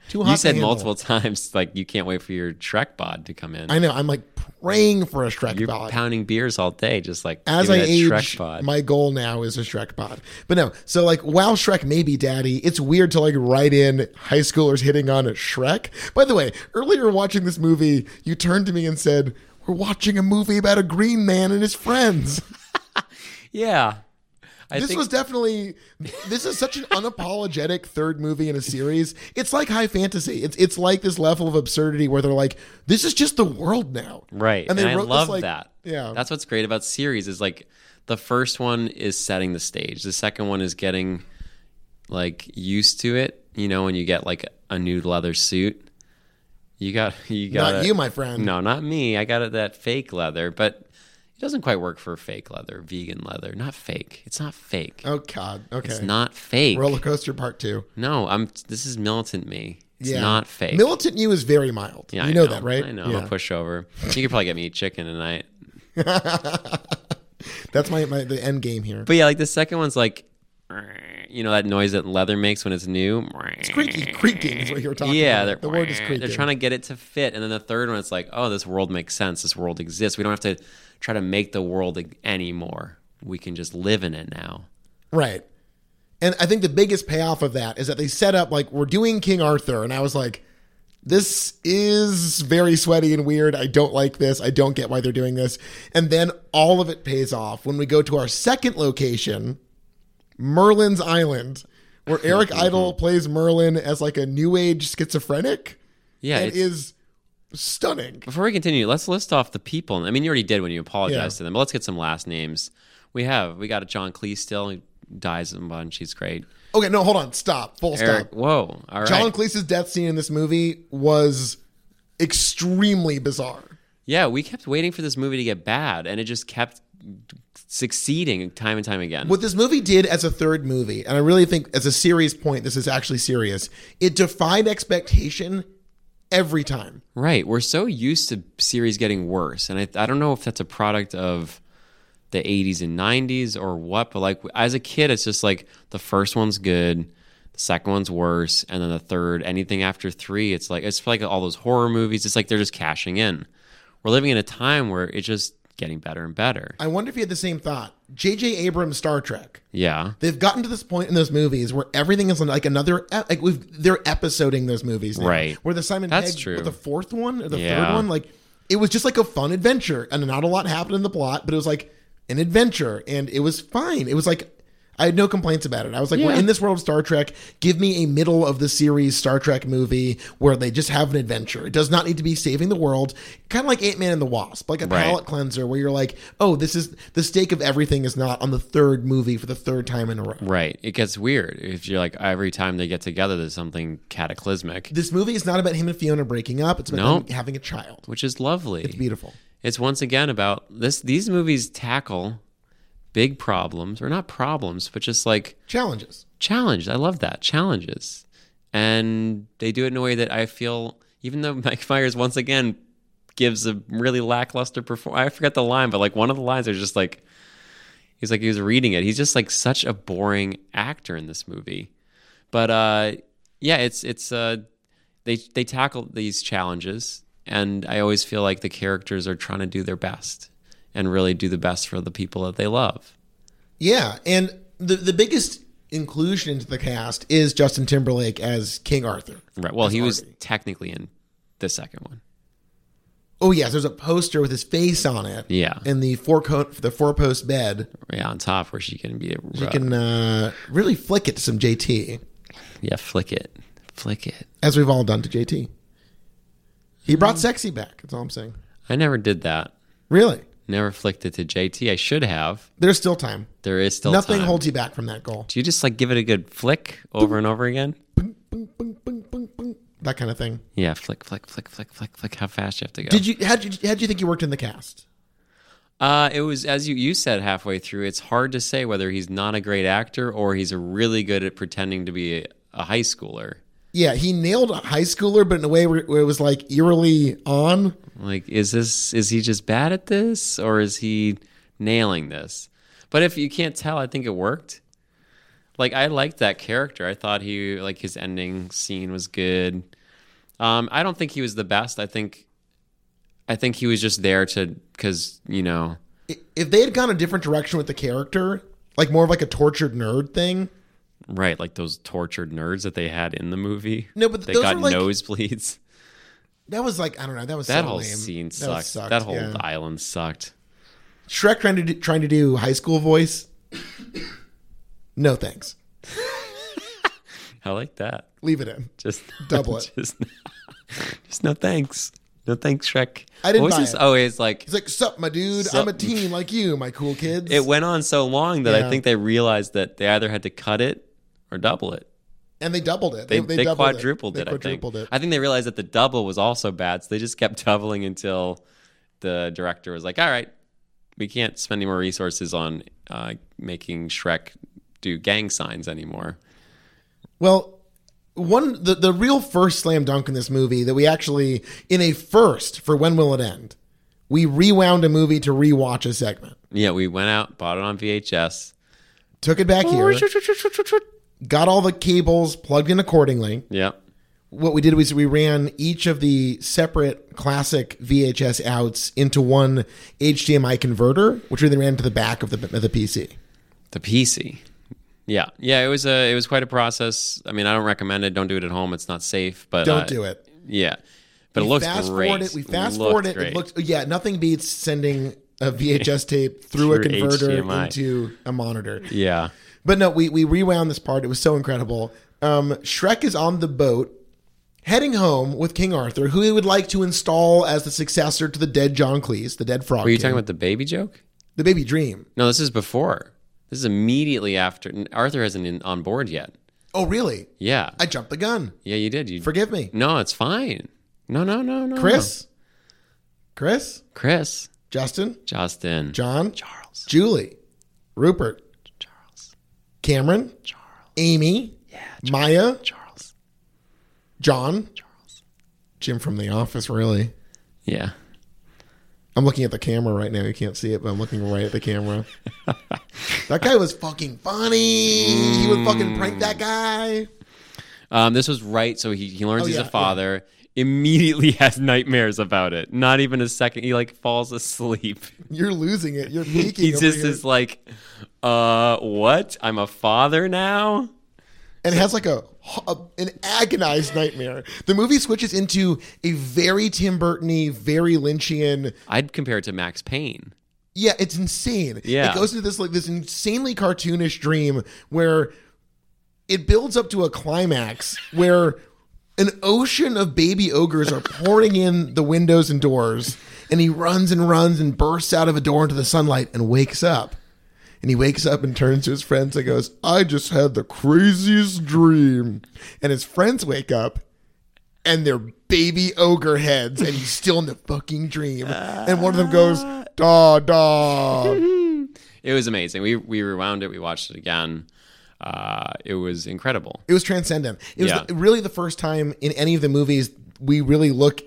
[SPEAKER 1] too hot.
[SPEAKER 2] You
[SPEAKER 1] to
[SPEAKER 2] said
[SPEAKER 1] handle.
[SPEAKER 2] multiple times, like, you can't wait for your Shrek bod to come in.
[SPEAKER 1] I know. I'm like praying for a Shrek.
[SPEAKER 2] You're
[SPEAKER 1] bod.
[SPEAKER 2] pounding beers all day, just like
[SPEAKER 1] as
[SPEAKER 2] give
[SPEAKER 1] I
[SPEAKER 2] me that
[SPEAKER 1] age,
[SPEAKER 2] Shrek bod.
[SPEAKER 1] my goal now is a Shrek pod. But no, so like while Shrek may be daddy, it's weird to like write in high schoolers hitting on Shrek. By the way, earlier watching this movie, you turned to me and said, "We're watching a movie about a green man and his friends."
[SPEAKER 2] yeah. I
[SPEAKER 1] this
[SPEAKER 2] think
[SPEAKER 1] was definitely this is such an unapologetic third movie in a series. It's like high fantasy. It's it's like this level of absurdity where they're like, "This is just the world now."
[SPEAKER 2] Right.
[SPEAKER 1] And
[SPEAKER 2] And,
[SPEAKER 1] they
[SPEAKER 2] I
[SPEAKER 1] wrote this,
[SPEAKER 2] love
[SPEAKER 1] like-
[SPEAKER 2] that.
[SPEAKER 1] yeah.
[SPEAKER 2] That's what's great about series is like the first one is setting the stage. The second one is getting like used to it, you know, when you get like a new leather suit. You got you got
[SPEAKER 1] Not
[SPEAKER 2] a-
[SPEAKER 1] you, my friend.
[SPEAKER 2] No, not me. I got it that fake leather, but it doesn't quite work for fake leather, vegan leather. Not fake. It's not fake.
[SPEAKER 1] Oh God. Okay.
[SPEAKER 2] It's not fake.
[SPEAKER 1] Roller coaster part two.
[SPEAKER 2] no, I'm this is militant me. It's
[SPEAKER 1] Yeah.
[SPEAKER 2] not fake.
[SPEAKER 1] Militant you is very mild.
[SPEAKER 2] Yeah,
[SPEAKER 1] you
[SPEAKER 2] I
[SPEAKER 1] know, that, right?
[SPEAKER 2] I know.
[SPEAKER 1] Yeah.
[SPEAKER 2] I'm a pushover. You could probably get me chicken tonight.
[SPEAKER 1] That's my, my the end game here.
[SPEAKER 2] But yeah, like the second one's like, you know, that noise that leather makes when it's new. It's
[SPEAKER 1] Creaky, creaking is what you were talking
[SPEAKER 2] Yeah, they're,
[SPEAKER 1] about. the word is creaking.
[SPEAKER 2] They're trying to get it to fit, and then the third one, it's like, oh, this world makes sense. This world exists. We don't have to try to make the world ag- anymore. We can just live in it now.
[SPEAKER 1] right. And I think the biggest payoff of that is that they set up like we're doing King Arthur, and I was like, this is very sweaty and weird. I don't like this. I don't get why they're doing this. And then all of it pays off when we go to our second location, Merlin's Island, where Eric
[SPEAKER 2] Mm-hmm.
[SPEAKER 1] Idle plays Merlin as like a new age schizophrenic.
[SPEAKER 2] Yeah.
[SPEAKER 1] It
[SPEAKER 2] it's-
[SPEAKER 1] is stunning.
[SPEAKER 2] before we continue, let's list off the people. I mean, you already did when you apologized
[SPEAKER 1] Yeah.
[SPEAKER 2] to them, but let's get some last names. We have we got a John Cleese still. He dies a bunch. He's great.
[SPEAKER 1] Okay, no, hold on. Stop. Full
[SPEAKER 2] Eric.
[SPEAKER 1] stop.
[SPEAKER 2] Whoa. All right.
[SPEAKER 1] John Cleese's death scene in this movie was extremely bizarre.
[SPEAKER 2] Yeah, we kept waiting for this movie to get bad, and it just kept succeeding time and time again.
[SPEAKER 1] What this movie did as a third movie, and I really think as a serious point, this is actually serious, it defied expectation every time.
[SPEAKER 2] Right. We're so used to series getting worse, and I, I don't know if that's a product of the 80s and 90s or what, but like as a kid, it's just like the first one's good, the second one's worse, and then the third, anything after three, it's like it's like all those horror movies. It's like they're just cashing in. We're living in a time where it's just getting better and better.
[SPEAKER 1] I wonder if you had the same thought. J.J. Abrams' Star Trek.
[SPEAKER 2] Yeah.
[SPEAKER 1] They've gotten to this point in those movies where everything is like another, ep- like we've, they're episoding those movies, now.
[SPEAKER 2] Right.
[SPEAKER 1] Where the Simon
[SPEAKER 2] That's
[SPEAKER 1] Pegg,
[SPEAKER 2] true.
[SPEAKER 1] what, the fourth one or the
[SPEAKER 2] Yeah.
[SPEAKER 1] third one, like it was just like a fun adventure, and not a lot happened in the plot, but it was like an adventure, and it was fine. It was like I had no complaints about it. I was like, we're
[SPEAKER 2] Yeah.
[SPEAKER 1] in this world of Star Trek. Give me a middle of the series Star Trek movie where they just have an adventure. It does not need to be saving the world, kind of like Ant Man and the Wasp, like a
[SPEAKER 2] Right.
[SPEAKER 1] palate cleanser where you're like, oh, this is the stake of everything is not on the third movie for the third time in a row.
[SPEAKER 2] Right. It gets weird if you're like every time they get together, there's something cataclysmic,
[SPEAKER 1] This movie is not about him and Fiona breaking up. It's about
[SPEAKER 2] No.
[SPEAKER 1] them having a child.
[SPEAKER 2] which is lovely. It's,
[SPEAKER 1] Beautiful.
[SPEAKER 2] once again about this. These movies tackle big problems, or not problems, but just like
[SPEAKER 1] Challenges.
[SPEAKER 2] challenges. I love that challenges, and they do it in a way that I feel. Even though Mike Myers once again gives a really lackluster perform. I forgot the line, but like one of the lines are just like he's like he was reading it. He's just like such a boring actor in this movie. But uh yeah, it's it's uh they they tackle these challenges and I always feel like the characters are trying to do their best and really do the best for the people that they love.
[SPEAKER 1] Yeah, and the the biggest inclusion into the cast is Justin Timberlake as King Arthur.
[SPEAKER 2] Right. Well, he was technically in the second one.
[SPEAKER 1] Oh yes, there's a poster with his face on it.
[SPEAKER 2] Yeah.
[SPEAKER 1] in the four coat, the four post bed.
[SPEAKER 2] Yeah, on top where she can be. A,
[SPEAKER 1] You can uh, really flick it to some JT,
[SPEAKER 2] yeah, flick it, flick it.
[SPEAKER 1] as we've all done to JT. He brought
[SPEAKER 2] Mm.
[SPEAKER 1] sexy back. That's all I'm saying.
[SPEAKER 2] I never did that.
[SPEAKER 1] Really,
[SPEAKER 2] Never flicked it to JT. I should have.
[SPEAKER 1] there's still time.
[SPEAKER 2] There is still
[SPEAKER 1] Nothing
[SPEAKER 2] time.
[SPEAKER 1] holds you back from that goal.
[SPEAKER 2] Do you just like give it a good flick over and over again?
[SPEAKER 1] Boom, boom, boom, boom, boom, boom. That kind of thing.
[SPEAKER 2] Yeah, flick, flick, flick, flick, flick, flick. How fast you have to go?
[SPEAKER 1] Did you? How did you? How did you think you worked in the cast?
[SPEAKER 2] Uh, it was as you you said halfway through. It's hard to say whether he's not a great actor or he's really good at pretending to be a, a high schooler.
[SPEAKER 1] Yeah, he nailed a high schooler, but in a way where, where it was like eerily on.
[SPEAKER 2] Like, is this is he just bad at this or is he nailing this? But if you can't tell, I think it worked. Like I liked that character. I thought he like his ending scene was good. Um, I don't think he was the best. I think, I think he was just there to because you know
[SPEAKER 1] I- If they had gone a different direction with the character, like more of like a tortured nerd thing.
[SPEAKER 2] Right, like those tortured nerds that they had in the movie.
[SPEAKER 1] No, but
[SPEAKER 2] they
[SPEAKER 1] those
[SPEAKER 2] got
[SPEAKER 1] were, like-
[SPEAKER 2] nosebleeds.
[SPEAKER 1] That was like I don't know. That was
[SPEAKER 2] That
[SPEAKER 1] so
[SPEAKER 2] whole
[SPEAKER 1] lame.
[SPEAKER 2] scene
[SPEAKER 1] That
[SPEAKER 2] sucked. That,
[SPEAKER 1] sucked,
[SPEAKER 2] whole
[SPEAKER 1] yeah.
[SPEAKER 2] island sucked.
[SPEAKER 1] Shrek trying to do, trying to do high school voice. no thanks.
[SPEAKER 2] I like that.
[SPEAKER 1] Leave it in.
[SPEAKER 2] Just
[SPEAKER 1] Double it.
[SPEAKER 2] Just, just no thanks. No thanks, Shrek.
[SPEAKER 1] I didn't
[SPEAKER 2] What was
[SPEAKER 1] buy
[SPEAKER 2] this?
[SPEAKER 1] it.
[SPEAKER 2] Oh, it's like
[SPEAKER 1] He's like, "Sup, my dude?
[SPEAKER 2] Sup."
[SPEAKER 1] I'm a teen like you, my cool kids."
[SPEAKER 2] it went on so long that
[SPEAKER 1] Yeah.
[SPEAKER 2] I think they realized that they either had to cut it or double it.
[SPEAKER 1] and they doubled it.
[SPEAKER 2] They,
[SPEAKER 1] they,
[SPEAKER 2] they
[SPEAKER 1] doubled
[SPEAKER 2] quadrupled it.
[SPEAKER 1] They quadrupled
[SPEAKER 2] I
[SPEAKER 1] it.
[SPEAKER 2] think. I think they realized that the double was also bad, so they just kept doubling until the director was like, "All right, we can't spend any more resources on uh, making Shrek do gang signs anymore."
[SPEAKER 1] Well, one the, the real first slam dunk in this movie that we actually in a first for when will it end? We rewound a movie to rewatch a segment.
[SPEAKER 2] Yeah, we went out, bought it on VHS.
[SPEAKER 1] Took it
[SPEAKER 2] Oh,
[SPEAKER 1] back here. Got all the cables plugged in accordingly.
[SPEAKER 2] Yep.
[SPEAKER 1] What we did was we ran each of the separate classic VHS outs into one HDMI converter, which we then ran to the back of the of the PC.
[SPEAKER 2] the PC. Yeah, yeah, it was a it was quite a process. I mean, I don't recommend it. Don't do it at home. It's not safe. But
[SPEAKER 1] Don't
[SPEAKER 2] uh,
[SPEAKER 1] do it.
[SPEAKER 2] Yeah, but it looks
[SPEAKER 1] fast
[SPEAKER 2] great.
[SPEAKER 1] forward it. We fast
[SPEAKER 2] Looked
[SPEAKER 1] forward it.
[SPEAKER 2] great.
[SPEAKER 1] It looked yeah. Nothing beats sending a VHS tape through, a
[SPEAKER 2] Through
[SPEAKER 1] converter
[SPEAKER 2] HDMI.
[SPEAKER 1] into a monitor.
[SPEAKER 2] yeah.
[SPEAKER 1] But no, we we rewound this part. It was so incredible. Um, Shrek is on the boat heading home with King Arthur, who he would like to install as the successor to the dead John Cleese, the dead frog.
[SPEAKER 2] Were you
[SPEAKER 1] king.
[SPEAKER 2] talking about the baby joke?
[SPEAKER 1] the baby dream?
[SPEAKER 2] No, this is before. This is immediately after. Arthur isn't in, on board yet.
[SPEAKER 1] Oh, really?
[SPEAKER 2] Yeah,
[SPEAKER 1] I jumped the gun.
[SPEAKER 2] yeah, you did. You
[SPEAKER 1] Forgive me,
[SPEAKER 2] No, it's fine. No, no, no, no.
[SPEAKER 1] Chris. Chris,
[SPEAKER 2] Chris,
[SPEAKER 1] Justin,
[SPEAKER 2] Justin,
[SPEAKER 1] John,
[SPEAKER 2] Charles,
[SPEAKER 1] Julie, Rupert,
[SPEAKER 2] Charles,
[SPEAKER 1] Cameron,
[SPEAKER 2] Charles,
[SPEAKER 1] Amy, Maya,
[SPEAKER 2] Charles,
[SPEAKER 1] John,
[SPEAKER 2] Charles.
[SPEAKER 1] Jim from The Office, really.
[SPEAKER 2] Yeah.
[SPEAKER 1] I'm looking at the camera right now. You can't see it, but I'm looking right at the camera. that guy was fucking funny. He would fucking prank
[SPEAKER 2] Mm.
[SPEAKER 1] that guy.
[SPEAKER 2] Um, this was right. So he, he learns
[SPEAKER 1] Oh,
[SPEAKER 2] he's
[SPEAKER 1] yeah,
[SPEAKER 2] a
[SPEAKER 1] yeah.
[SPEAKER 2] father. Immediately has nightmares about it. Not even a second. He like falls asleep.
[SPEAKER 1] You're losing it. You're peeking.
[SPEAKER 2] He
[SPEAKER 1] over
[SPEAKER 2] just
[SPEAKER 1] here.
[SPEAKER 2] is like, uh, what? I'm a father now.
[SPEAKER 1] and has like a, a an agonized nightmare. The movie switches into a very Tim Burton-y, very Lynchian.
[SPEAKER 2] I'd compare it to Max Payne.
[SPEAKER 1] Yeah, it's insane.
[SPEAKER 2] Yeah.
[SPEAKER 1] it goes into this like this insanely cartoonish dream where it builds up to a climax where an ocean of baby ogres are pouring in the windows and doors, and he runs and runs and bursts out of a door into the sunlight and wakes up. And he wakes up and turns to his friends and goes, I just had the craziest dream. And his friends wake up and they're baby ogre heads, and he's still in the fucking dream. And one of them goes, da da.
[SPEAKER 2] It was amazing. We we rewound it. We watched it again. Uh, it was incredible.
[SPEAKER 1] It was transcendent. It was
[SPEAKER 2] Yeah.
[SPEAKER 1] the- really the first time in any of the movies we really look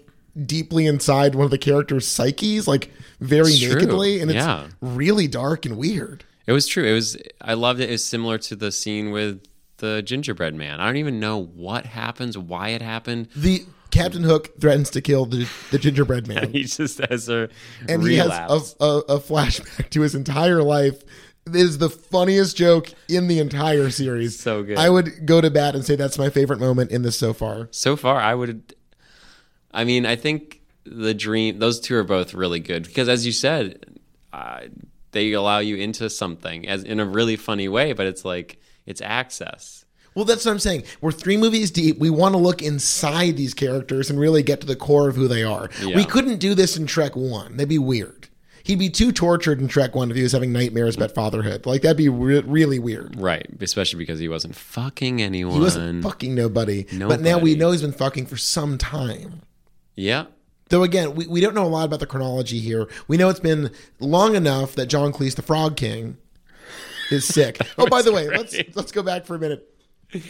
[SPEAKER 1] deeply inside one of the characters' psyches, like very
[SPEAKER 2] It's true.
[SPEAKER 1] nakedly, and it's
[SPEAKER 2] Yeah.
[SPEAKER 1] really dark and weird.
[SPEAKER 2] It was true. It was. I loved it. It was similar to the scene with the gingerbread man. I don't even know what happens, why it happened.
[SPEAKER 1] The Captain Hook threatens to kill the, the gingerbread man,
[SPEAKER 2] He just has a
[SPEAKER 1] and he
[SPEAKER 2] relapse.
[SPEAKER 1] has a, a, a flashback to his entire life It is the funniest joke in the entire series.
[SPEAKER 2] So good.
[SPEAKER 1] I would go to bat and say that's my favorite moment in this so far.
[SPEAKER 2] So far, I would. I mean, I think the dream. Those two are both really good because, as you said, uh, they allow you into something as in a really funny way. But it's like it's access.
[SPEAKER 1] Well, that's what I'm saying. We're three movies deep. We want to look inside these characters and really get to the core of who they are.
[SPEAKER 2] Yeah.
[SPEAKER 1] We couldn't do this in Trek 1. That'd be weird. He'd be too tortured in Trek 1 if he was having nightmares about fatherhood. Like, that'd be re- really weird.
[SPEAKER 2] Right, especially because he wasn't fucking anyone.
[SPEAKER 1] He wasn't fucking nobody. But now we
[SPEAKER 2] Nobody.
[SPEAKER 1] know he's been fucking for some time.
[SPEAKER 2] yeah,
[SPEAKER 1] Though again, we, we don't know a lot about the chronology here. We know it's been long enough that John Cleese, the Frog King, is sick. oh, by the way, let's let's go back for a minute.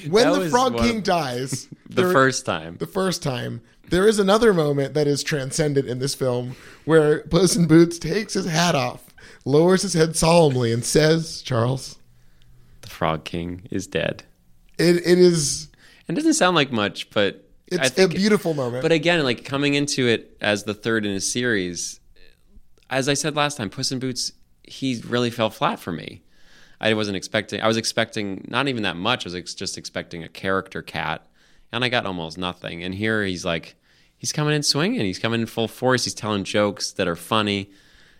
[SPEAKER 1] When
[SPEAKER 2] That
[SPEAKER 1] the
[SPEAKER 2] was
[SPEAKER 1] Frog
[SPEAKER 2] one of-
[SPEAKER 1] King dies,
[SPEAKER 2] the
[SPEAKER 1] there-
[SPEAKER 2] first time.
[SPEAKER 1] the first time, there is another moment that is transcendent in this film where Puss in Boots takes his hat off, lowers his head solemnly, and says, "Charles,
[SPEAKER 2] The Frog King is dead.
[SPEAKER 1] it, it is
[SPEAKER 2] It doesn't sound like much, but I
[SPEAKER 1] it's a
[SPEAKER 2] think
[SPEAKER 1] beautiful moment."
[SPEAKER 2] But again, like coming into it as the third in a series, as I said last time, Puss in Boots, he really fell flat for me. I wasn't expecting. I was expecting not even that much. I was ex- just expecting a character cat, and I got almost nothing. And here he's like, he's coming in swinging. He's coming in full force. He's telling jokes that are funny.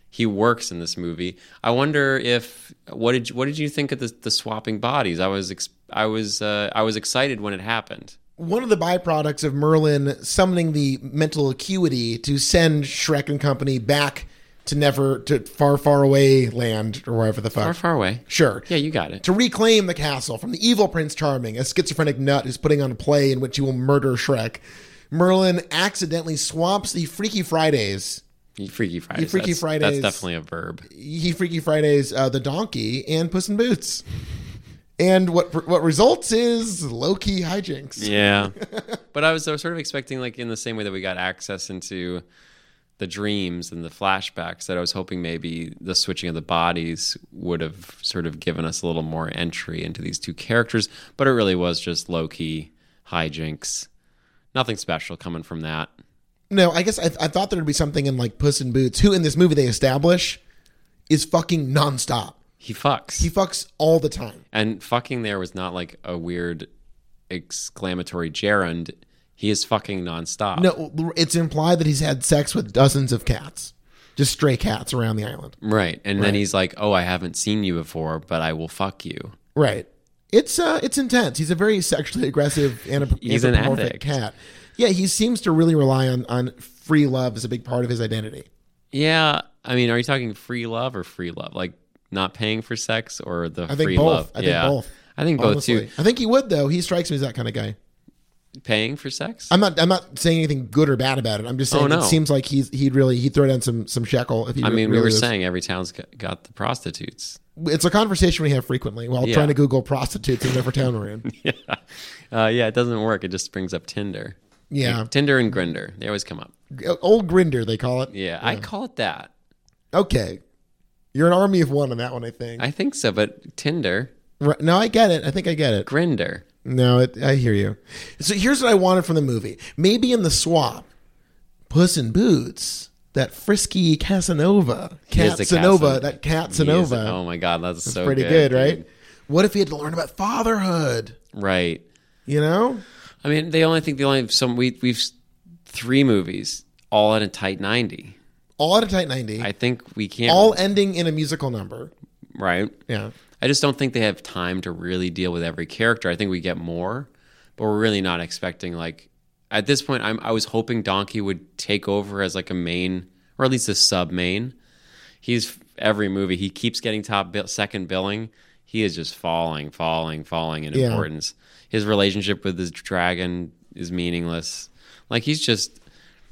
[SPEAKER 2] He works in this movie. I wonder if what did you, what did you think of the, the swapping bodies? I was ex- I was uh, I was excited when it happened.
[SPEAKER 1] one of the byproducts of Merlin summoning the mental acuity to send Shrek and company back to never to far, far away land or wherever the fuck.
[SPEAKER 2] Far far away.
[SPEAKER 1] Sure.
[SPEAKER 2] Yeah, you got it.
[SPEAKER 1] To reclaim the castle from the evil Prince Charming, a schizophrenic nut who's putting on a play in which he will murder Shrek, Merlin accidentally swaps the Freaky Fridays,
[SPEAKER 2] Freaky Fridays.
[SPEAKER 1] Freaky
[SPEAKER 2] that's,
[SPEAKER 1] Fridays.
[SPEAKER 2] That's definitely a verb.
[SPEAKER 1] he Freaky Fridays uh, the donkey and Puss in Boots, and what what results is low key hijinks.
[SPEAKER 2] Yeah. but I was, I was sort of expecting, like, in the same way that we got access into the dreams and the flashbacks, that I was hoping maybe the switching of the bodies would have sort of given us a little more entry into these two characters. But it really was just low key hijinks. Nothing special coming from that.
[SPEAKER 1] No, I guess I, I thought there'd be something in like Puss in Boots, who in this movie they establish is fucking nonstop.
[SPEAKER 2] He fucks.
[SPEAKER 1] He fucks all the time.
[SPEAKER 2] and fucking there was not like a weird exclamatory gerund. He is fucking nonstop.
[SPEAKER 1] No, it's implied that he's had sex with dozens of cats, just stray cats around the island.
[SPEAKER 2] Right. And then he's like, Oh, I haven't seen you before, but I will fuck you.
[SPEAKER 1] Right. It's uh, it's intense. He's a very sexually aggressive anthro-
[SPEAKER 2] He's an
[SPEAKER 1] anthropomorphic
[SPEAKER 2] addict.
[SPEAKER 1] cat. Yeah, he seems to really rely on on free love as a big part of his identity.
[SPEAKER 2] Yeah. I mean, are you talking free love or free love? Like not paying for sex or the
[SPEAKER 1] think
[SPEAKER 2] free
[SPEAKER 1] both.
[SPEAKER 2] love?
[SPEAKER 1] I think both,
[SPEAKER 2] I think both
[SPEAKER 1] Honestly, I think he would though. He strikes me as that kind of guy.
[SPEAKER 2] too. Paying for sex?
[SPEAKER 1] I'm not. I'm not saying anything good or bad about it. I'm just saying
[SPEAKER 2] Oh, no.
[SPEAKER 1] it seems like he's he'd really he'd throw down some some shekel. If he
[SPEAKER 2] I mean, we
[SPEAKER 1] really
[SPEAKER 2] were
[SPEAKER 1] was-
[SPEAKER 2] saying every town's got- got the prostitutes.
[SPEAKER 1] it's a conversation we have frequently while
[SPEAKER 2] Yeah.
[SPEAKER 1] trying to Google prostitutes in whatever town we're in.
[SPEAKER 2] yeah. Uh, yeah, it doesn't work. It just brings up Tinder.
[SPEAKER 1] Yeah,
[SPEAKER 2] Tinder and Grinder. They always come up.
[SPEAKER 1] old Grinder they call it.
[SPEAKER 2] Yeah, I call it that.
[SPEAKER 1] Okay, you're an army of one on that one. I think.
[SPEAKER 2] I think so, but Tinder,
[SPEAKER 1] Right- no, I get it. I think I get it.
[SPEAKER 2] Grinder.
[SPEAKER 1] No, it, I hear you. So here's what I wanted from the movie. Maybe in the swap, Puss in Boots, that frisky Casanova,
[SPEAKER 2] is the
[SPEAKER 1] Casanova,
[SPEAKER 2] Casan-
[SPEAKER 1] that
[SPEAKER 2] He is-
[SPEAKER 1] Casanova.
[SPEAKER 2] Oh my God, that's, so
[SPEAKER 1] pretty good,
[SPEAKER 2] dude.
[SPEAKER 1] right? What if he had to learn about fatherhood?
[SPEAKER 2] Right.
[SPEAKER 1] You know?
[SPEAKER 2] I mean, they only think they only have some. We we've s- three movies all at a tight ninety.
[SPEAKER 1] All at a tight 90,
[SPEAKER 2] I think we can't.
[SPEAKER 1] all ending in a musical number.
[SPEAKER 2] right.
[SPEAKER 1] Yeah.
[SPEAKER 2] I just don't think they have time to really deal with every character. I think we get more, but we're really not expecting like at this point. I'm I was hoping Donkey would take over as like a main or at least a sub main. He's every movie he keeps getting top bill, second billing. He is just falling, falling, falling in
[SPEAKER 1] Yeah.
[SPEAKER 2] importance. His relationship with his dragon is meaningless. Like he's just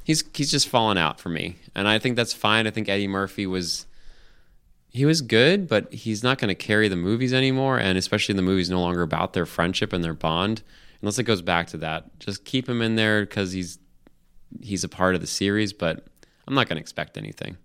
[SPEAKER 2] he's he's just fallen out for me, and I think that's fine. I think Eddie Murphy was he was good, but he's not going to carry the movies anymore, and especially the movies no longer about their friendship and their bond. Unless it goes back to that, just keep him in there because he's he's a part of the series. But I'm not going to expect anything.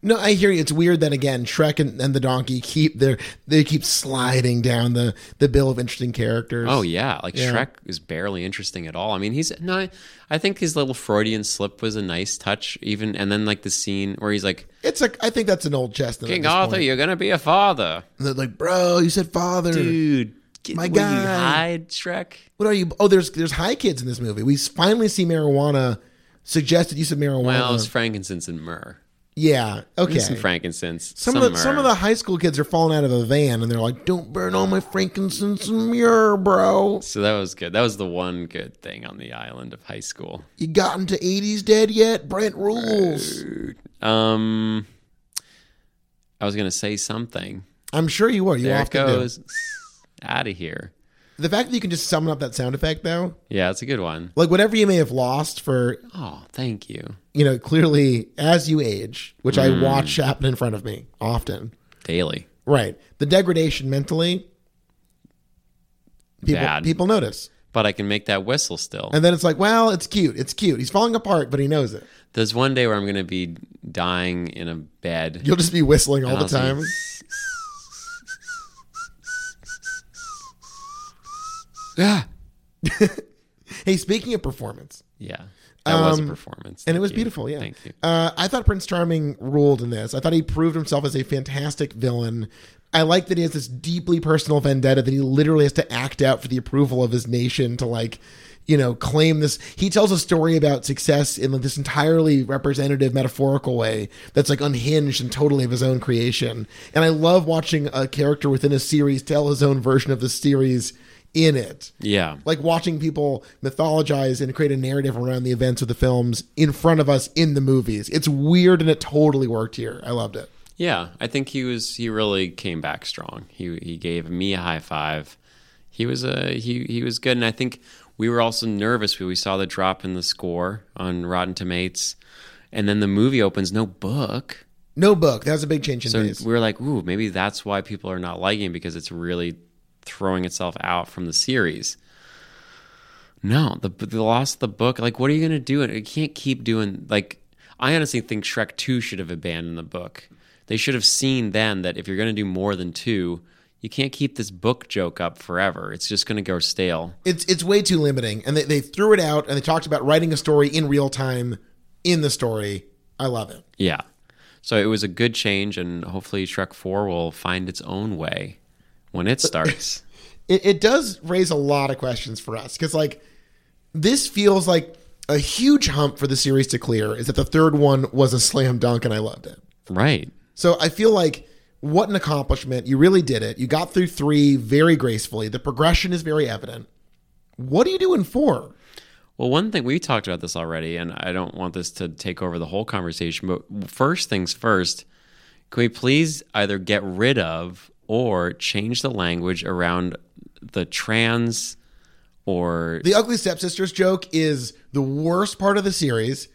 [SPEAKER 1] No, I hear you. It's weird that again, Shrek and, and the donkey keep their they keep sliding down the the bill of interesting characters.
[SPEAKER 2] Oh yeah, like Shrek is barely interesting at all. I mean, he's no. I- I think his little Freudian slip was a nice touch. Even and then like the scene where he's like,
[SPEAKER 1] it's a. I think that's an old chestnut. at
[SPEAKER 2] "King
[SPEAKER 1] this
[SPEAKER 2] Arthur,
[SPEAKER 1] point.
[SPEAKER 2] you're gonna be a father,
[SPEAKER 1] They're like, bro, you said father.
[SPEAKER 2] dude." Get,
[SPEAKER 1] My
[SPEAKER 2] will you
[SPEAKER 1] guy."
[SPEAKER 2] hide Shrek?
[SPEAKER 1] What are you? Oh, there's there's high kids in this movie. We finally see marijuana, suggested use of marijuana.
[SPEAKER 2] Well, it's frankincense and myrrh.
[SPEAKER 1] yeah. Okay.
[SPEAKER 2] Some frankincense.
[SPEAKER 1] Some of the
[SPEAKER 2] myrrh.
[SPEAKER 1] some of the high school kids are falling out of a van and they're like, "Don't burn all my frankincense and myrrh, bro.
[SPEAKER 2] So that was good. That was the one good thing on the island of high school.
[SPEAKER 1] You gotten to '80s dead yet? Brent rules.
[SPEAKER 2] Um, I was gonna say something.
[SPEAKER 1] I'm sure you are. You
[SPEAKER 2] There it
[SPEAKER 1] often do.
[SPEAKER 2] goes. Out of here.
[SPEAKER 1] The fact that you can just summon up that sound effect, though,
[SPEAKER 2] Yeah, it's a good one.
[SPEAKER 1] like whatever you may have lost for,
[SPEAKER 2] Oh, thank you.
[SPEAKER 1] you know, clearly as you age, which
[SPEAKER 2] Mm.
[SPEAKER 1] I watch happen in front of me often.
[SPEAKER 2] Daily.
[SPEAKER 1] Right, the degradation mentally. People,
[SPEAKER 2] Bad.
[SPEAKER 1] people notice,
[SPEAKER 2] But I can make that whistle still.
[SPEAKER 1] and then it's like, well, it's cute, it's cute. He's falling apart, but he knows it.
[SPEAKER 2] There's one day where I'm gonna be dying in a bed.
[SPEAKER 1] You'll just be whistling all
[SPEAKER 2] and
[SPEAKER 1] the
[SPEAKER 2] I'll see-
[SPEAKER 1] time.
[SPEAKER 2] Yeah.
[SPEAKER 1] Hey, speaking of performance,
[SPEAKER 2] Yeah. That was a performance.
[SPEAKER 1] Um, and it
[SPEAKER 2] Thank
[SPEAKER 1] was
[SPEAKER 2] you.
[SPEAKER 1] beautiful. Yeah,
[SPEAKER 2] Thank you.
[SPEAKER 1] Uh, I thought Prince Charming ruled in this. I thought he proved himself as a fantastic villain. I like that he has this deeply personal vendetta that he literally has to act out for the approval of his nation to like, you know, claim this. He tells a story about success in like this entirely representative, metaphorical way that's like unhinged and totally of his own creation. And I love watching a character within a series tell his own version of the series in it
[SPEAKER 2] Yeah.
[SPEAKER 1] like watching people mythologize and create a narrative around the events of the films in front of us in the movies. It's weird and it totally worked here. I loved it.
[SPEAKER 2] Yeah, I think he was. He really came back strong. He he gave me a high five. He was a he he was good, and I think we were also nervous when we saw the drop in the score on Rotten Tomatoes, and then the movie opens no book.
[SPEAKER 1] No book. That was a big change in
[SPEAKER 2] So
[SPEAKER 1] taste.
[SPEAKER 2] we were like, ooh, maybe that's why people are not liking it because it's really throwing itself out from the series. No, the the loss of the book. Like, what are you gonna do? It can't keep doing. Like, I honestly think Shrek Two should have abandoned the book. They should have seen then that if you're gonna do more than two, you can't keep this book joke up forever. It's just gonna go stale.
[SPEAKER 1] It's it's way too limiting. And they, they threw it out and they talked about writing a story in real time in the story. I love it.
[SPEAKER 2] Yeah. So it was a good change, and hopefully Shrek Four will find its own way when it starts.
[SPEAKER 1] it, it does raise a lot of questions for us because like this feels like a huge hump for the series to clear is that the third one was a slam dunk and I loved it.
[SPEAKER 2] right.
[SPEAKER 1] So I feel like what an accomplishment. You really did it. You got through three very gracefully. The progression is very evident. What do you do in four?
[SPEAKER 2] Well, one thing we talked about this already, and I don't want this to take over the whole conversation, but first things first, can we please either get rid of or change the language around the trans or
[SPEAKER 1] The ugly stepsisters joke is the worst part of the series.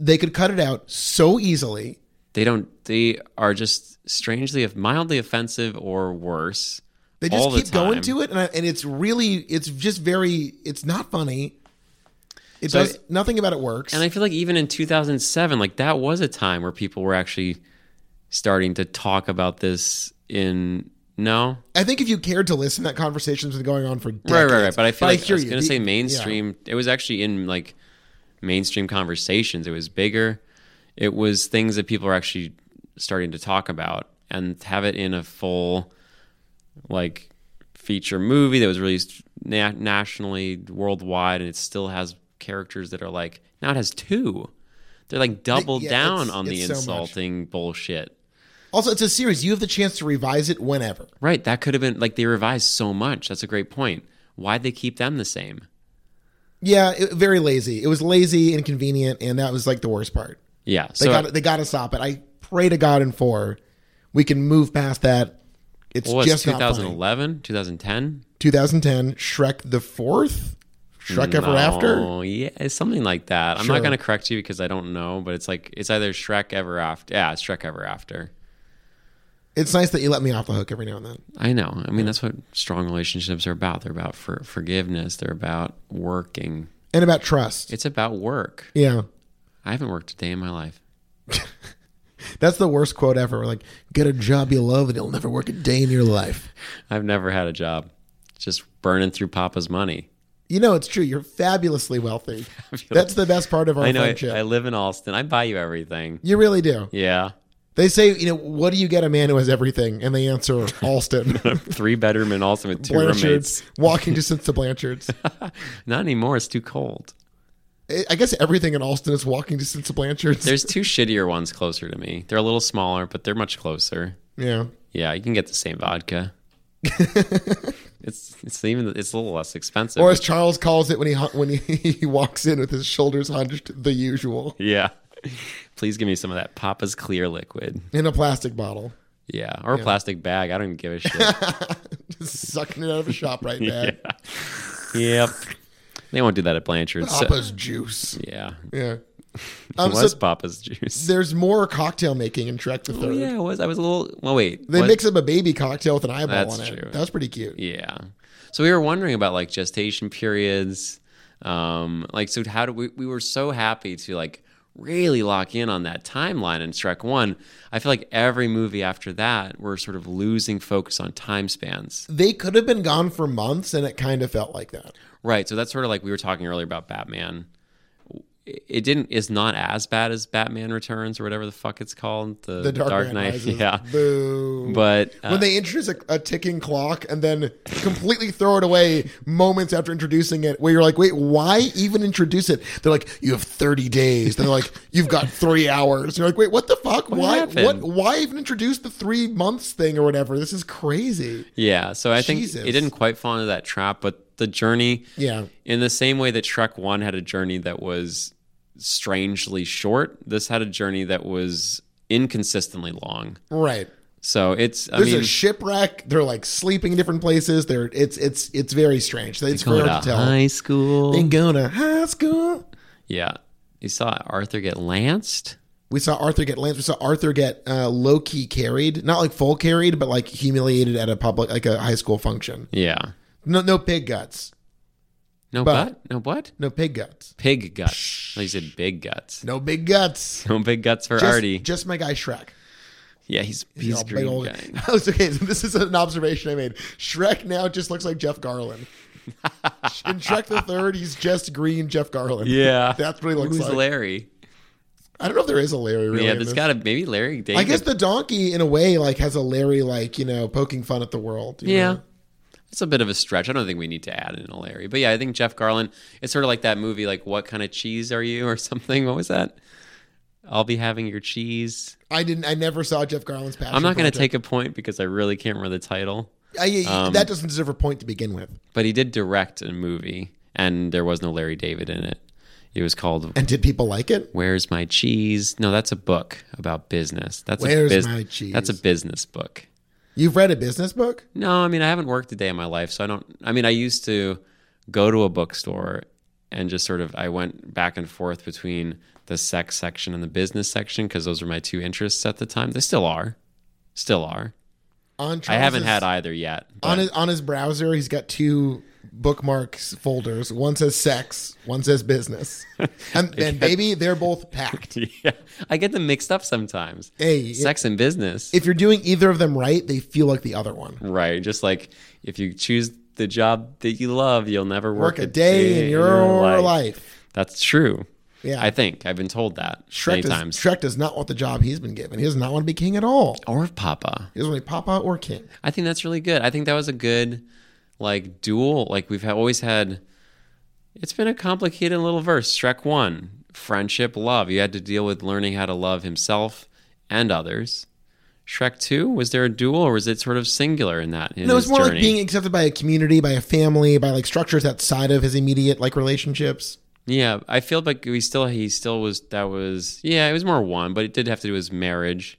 [SPEAKER 1] They could cut it out so easily.
[SPEAKER 2] they don't, they are just strangely, mildly offensive or worse.
[SPEAKER 1] They just
[SPEAKER 2] all the
[SPEAKER 1] keep going
[SPEAKER 2] time.
[SPEAKER 1] to it, and, I, and it's really, it's just very, it's not funny. It
[SPEAKER 2] So-
[SPEAKER 1] does nothing about it works.
[SPEAKER 2] And I feel like even in 2007, like that was a time where people were actually starting to talk about this in, no,
[SPEAKER 1] I think if you cared to listen, that conversation's been going on for decades.
[SPEAKER 2] Right, right, right. But I feel like I,
[SPEAKER 1] hear
[SPEAKER 2] was
[SPEAKER 1] you.
[SPEAKER 2] going
[SPEAKER 1] The-
[SPEAKER 2] to say
[SPEAKER 1] yeah.
[SPEAKER 2] mainstream. It was actually in like mainstream conversations. It was bigger. It was things that people are actually starting to talk about and have it in a full like feature movie that was released na- nationally, worldwide, and it still has characters that are like now it has two. They're like double
[SPEAKER 1] yeah,
[SPEAKER 2] down
[SPEAKER 1] it's-
[SPEAKER 2] on the
[SPEAKER 1] it's so much.
[SPEAKER 2] insulting bullshit.
[SPEAKER 1] Also, it's a series. You have the chance to revise it whenever.
[SPEAKER 2] Right. That could have been like they revised so much. That's a great point. Why'd they keep them the same?
[SPEAKER 1] Yeah, it, very lazy. It was lazy, inconvenient, and that was like the worst part.
[SPEAKER 2] Yeah.
[SPEAKER 1] They
[SPEAKER 2] So
[SPEAKER 1] got they got to stop it. I pray to God in four, we can move past that. It's
[SPEAKER 2] What was
[SPEAKER 1] just not funny.
[SPEAKER 2] 2011, 2010?
[SPEAKER 1] 2010, Shrek the fourth, Shrek Ever After.
[SPEAKER 2] Oh, yeah, it's something like that. I'm
[SPEAKER 1] Sure.
[SPEAKER 2] not going to correct you because I don't know, but it's like it's either Shrek Ever After. Yeah, it's Shrek Ever After.
[SPEAKER 1] It's nice that you let me off the hook every now and then.
[SPEAKER 2] I know. I mean, that's what strong relationships are about. They're about for- forgiveness. They're about working.
[SPEAKER 1] And about trust.
[SPEAKER 2] It's about work.
[SPEAKER 1] Yeah.
[SPEAKER 2] I haven't worked a day in my life.
[SPEAKER 1] That's the worst quote ever. Like, get a job you love and you'll never work a day in your life.
[SPEAKER 2] I've never had a job. Just burning through Papa's money.
[SPEAKER 1] You know, it's true. You're fabulously wealthy. That's the best part of our
[SPEAKER 2] I know. I,
[SPEAKER 1] friendship.
[SPEAKER 2] I live in Alston. I buy you everything.
[SPEAKER 1] you really do.
[SPEAKER 2] Yeah.
[SPEAKER 1] They say, you know, what do you get a man who has everything? And they answer Alston.
[SPEAKER 2] Three bedroom and also with two
[SPEAKER 1] Blanchards. Walking distance to Blanchards.
[SPEAKER 2] roommates. Not anymore. It's too cold.
[SPEAKER 1] I- I guess everything in Alston is walking distance to Blanchards.
[SPEAKER 2] There's two shittier ones closer to me. They're a little smaller, but they're much closer.
[SPEAKER 1] yeah.
[SPEAKER 2] Yeah, you can get the same vodka. it's it's even it's a little less expensive.
[SPEAKER 1] Or as Charles calls it when he hu- when he, he walks in with his shoulders hunched, the usual,
[SPEAKER 2] yeah. Please give me some of that Papa's clear liquid.
[SPEAKER 1] in a plastic bottle,
[SPEAKER 2] Yeah, or a plastic bag. I don't even give a shit.
[SPEAKER 1] just sucking it out of a shop right bag.
[SPEAKER 2] yep. They won't do that at Blanchard's. So-
[SPEAKER 1] Papa's juice.
[SPEAKER 2] yeah.
[SPEAKER 1] Yeah.
[SPEAKER 2] It
[SPEAKER 1] Um, so
[SPEAKER 2] was Papa's juice.
[SPEAKER 1] there's more cocktail making in Trek the Third.
[SPEAKER 2] Oh, Yeah, it was. I was a little. Well, wait.
[SPEAKER 1] They
[SPEAKER 2] what-
[SPEAKER 1] mix up a baby cocktail with an eyeball
[SPEAKER 2] That's
[SPEAKER 1] on it.
[SPEAKER 2] true.
[SPEAKER 1] That was pretty cute.
[SPEAKER 2] Yeah. So we were wondering about like gestation periods. Um, like, so how do we, we were so happy to like really lock in on that timeline in Shrek 1. I feel like every movie after that, we're sort of losing focus on time spans.
[SPEAKER 1] They could have been gone for months, and it kind of felt like that.
[SPEAKER 2] Right. So that's sort of like we were talking earlier about Batman. It it didn't is not as bad as Batman Returns or whatever the fuck it's called. The,
[SPEAKER 1] The Dark, Knight Rises.
[SPEAKER 2] Yeah.
[SPEAKER 1] Boo.
[SPEAKER 2] But uh,
[SPEAKER 1] when they introduce a, a ticking clock and then completely throw it away moments after introducing it, where you're like, wait, why even introduce it? They're like, you have 30 days. They're like, you've got three hours. And you're like, wait, what the fuck? why?
[SPEAKER 2] happened?
[SPEAKER 1] What? Why even introduce the three months thing or whatever? This is crazy.
[SPEAKER 2] yeah, so I think
[SPEAKER 1] Jesus.
[SPEAKER 2] it didn't quite fall into that trap, but the journey
[SPEAKER 1] Yeah.
[SPEAKER 2] In the same way that Shrek 1 had a journey that was strangely short, this had a journey that was inconsistently long.
[SPEAKER 1] Right.
[SPEAKER 2] So it's, I
[SPEAKER 1] There's
[SPEAKER 2] mean,
[SPEAKER 1] a shipwreck. They're like sleeping in different places. They're it's it's it's very strange. It's
[SPEAKER 2] go
[SPEAKER 1] very hard to
[SPEAKER 2] to
[SPEAKER 1] tell.
[SPEAKER 2] high school.
[SPEAKER 1] They go to high school.
[SPEAKER 2] yeah. You saw Arthur get lanced.
[SPEAKER 1] We saw Arthur get Lance. We saw Arthur get uh, low key carried, not like full carried, but like humiliated at a public, like a high school function.
[SPEAKER 2] Yeah.
[SPEAKER 1] No, no pig guts.
[SPEAKER 2] No
[SPEAKER 1] But-
[SPEAKER 2] butt? No what?
[SPEAKER 1] No pig guts.
[SPEAKER 2] Pig guts. Well, you said big guts.
[SPEAKER 1] No big guts.
[SPEAKER 2] No big guts for
[SPEAKER 1] Just,
[SPEAKER 2] Artie.
[SPEAKER 1] just my guy Shrek.
[SPEAKER 2] yeah, he's,
[SPEAKER 1] You
[SPEAKER 2] he's
[SPEAKER 1] know,
[SPEAKER 2] a
[SPEAKER 1] big
[SPEAKER 2] green
[SPEAKER 1] old-
[SPEAKER 2] guy.
[SPEAKER 1] I was- okay, so this is an observation I made. Shrek now just looks like Jeff Garland. In Shrek the Third, he's just green Jeff Garland.
[SPEAKER 2] Yeah.
[SPEAKER 1] that's what he looks
[SPEAKER 2] Who's
[SPEAKER 1] like.
[SPEAKER 2] Larry?
[SPEAKER 1] I don't know if there is a Larry. Really
[SPEAKER 2] yeah,
[SPEAKER 1] in
[SPEAKER 2] that's
[SPEAKER 1] this.
[SPEAKER 2] got to, maybe Larry David.
[SPEAKER 1] I guess the donkey, in a way, like has a Larry, like you know, poking fun at the world. you
[SPEAKER 2] Yeah.
[SPEAKER 1] know?
[SPEAKER 2] It's a bit of a stretch. I don't think we need to add in a Larry. But yeah, I think Jeff Garland, it's sort of like that movie, like, What Kind of Cheese Are You or something. What was that? I'll be having your cheese.
[SPEAKER 1] I didn't. I never saw Jeff Garland's passion.
[SPEAKER 2] I'm not going to
[SPEAKER 1] Project.
[SPEAKER 2] take a point because I really can't remember the title.
[SPEAKER 1] I,
[SPEAKER 2] um,
[SPEAKER 1] that doesn't deserve a point to begin with,
[SPEAKER 2] But he did direct a movie, and there was no Larry David in it. It was called
[SPEAKER 1] and did people like it?
[SPEAKER 2] Where's My Cheese? No, that's a book about business. That's
[SPEAKER 1] Where's
[SPEAKER 2] a bus-
[SPEAKER 1] My Cheese?
[SPEAKER 2] That's a business book.
[SPEAKER 1] You've read a business book?
[SPEAKER 2] No, I mean I haven't worked a day in my life, so I don't. I mean I used to go to a bookstore and just sort of I went back and forth between the sex section and the business section because those were my two interests at the time. They still are, still are.
[SPEAKER 1] On
[SPEAKER 2] I
[SPEAKER 1] Charles's-
[SPEAKER 2] haven't had either yet. but-
[SPEAKER 1] on his on his browser. He's got two bookmarks folders. One says sex. One says business. And then baby, they're both packed.
[SPEAKER 2] yeah, I get them mixed up sometimes.
[SPEAKER 1] Oh. Hey,
[SPEAKER 2] sex and business,
[SPEAKER 1] if you're doing either of them right, they feel like the other one.
[SPEAKER 2] right? Just like if you choose the job that you love, you'll never work,
[SPEAKER 1] Work a day in your life.
[SPEAKER 2] That's true.
[SPEAKER 1] Yeah.
[SPEAKER 2] I think I've been told that
[SPEAKER 1] Shrek
[SPEAKER 2] many
[SPEAKER 1] does,
[SPEAKER 2] times.
[SPEAKER 1] Shrek does not want the job he's been given. He does not want to be king at all.
[SPEAKER 2] or Papa.
[SPEAKER 1] He doesn't want to be Papa or King.
[SPEAKER 2] I think that's really good. I think that was a good like duel. Like we've ha- always had. It's been a complicated little verse. Shrek one, friendship, love. You had to deal with learning how to love himself and others. Shrek two, was there a duel or was it sort of singular in that? In
[SPEAKER 1] No,
[SPEAKER 2] his
[SPEAKER 1] it's more
[SPEAKER 2] journey?
[SPEAKER 1] like being accepted by a community, by a family, by like structures outside of his immediate like relationships.
[SPEAKER 2] Yeah, I feel like we still he still was that was yeah it was more one, but it did have to do with his marriage,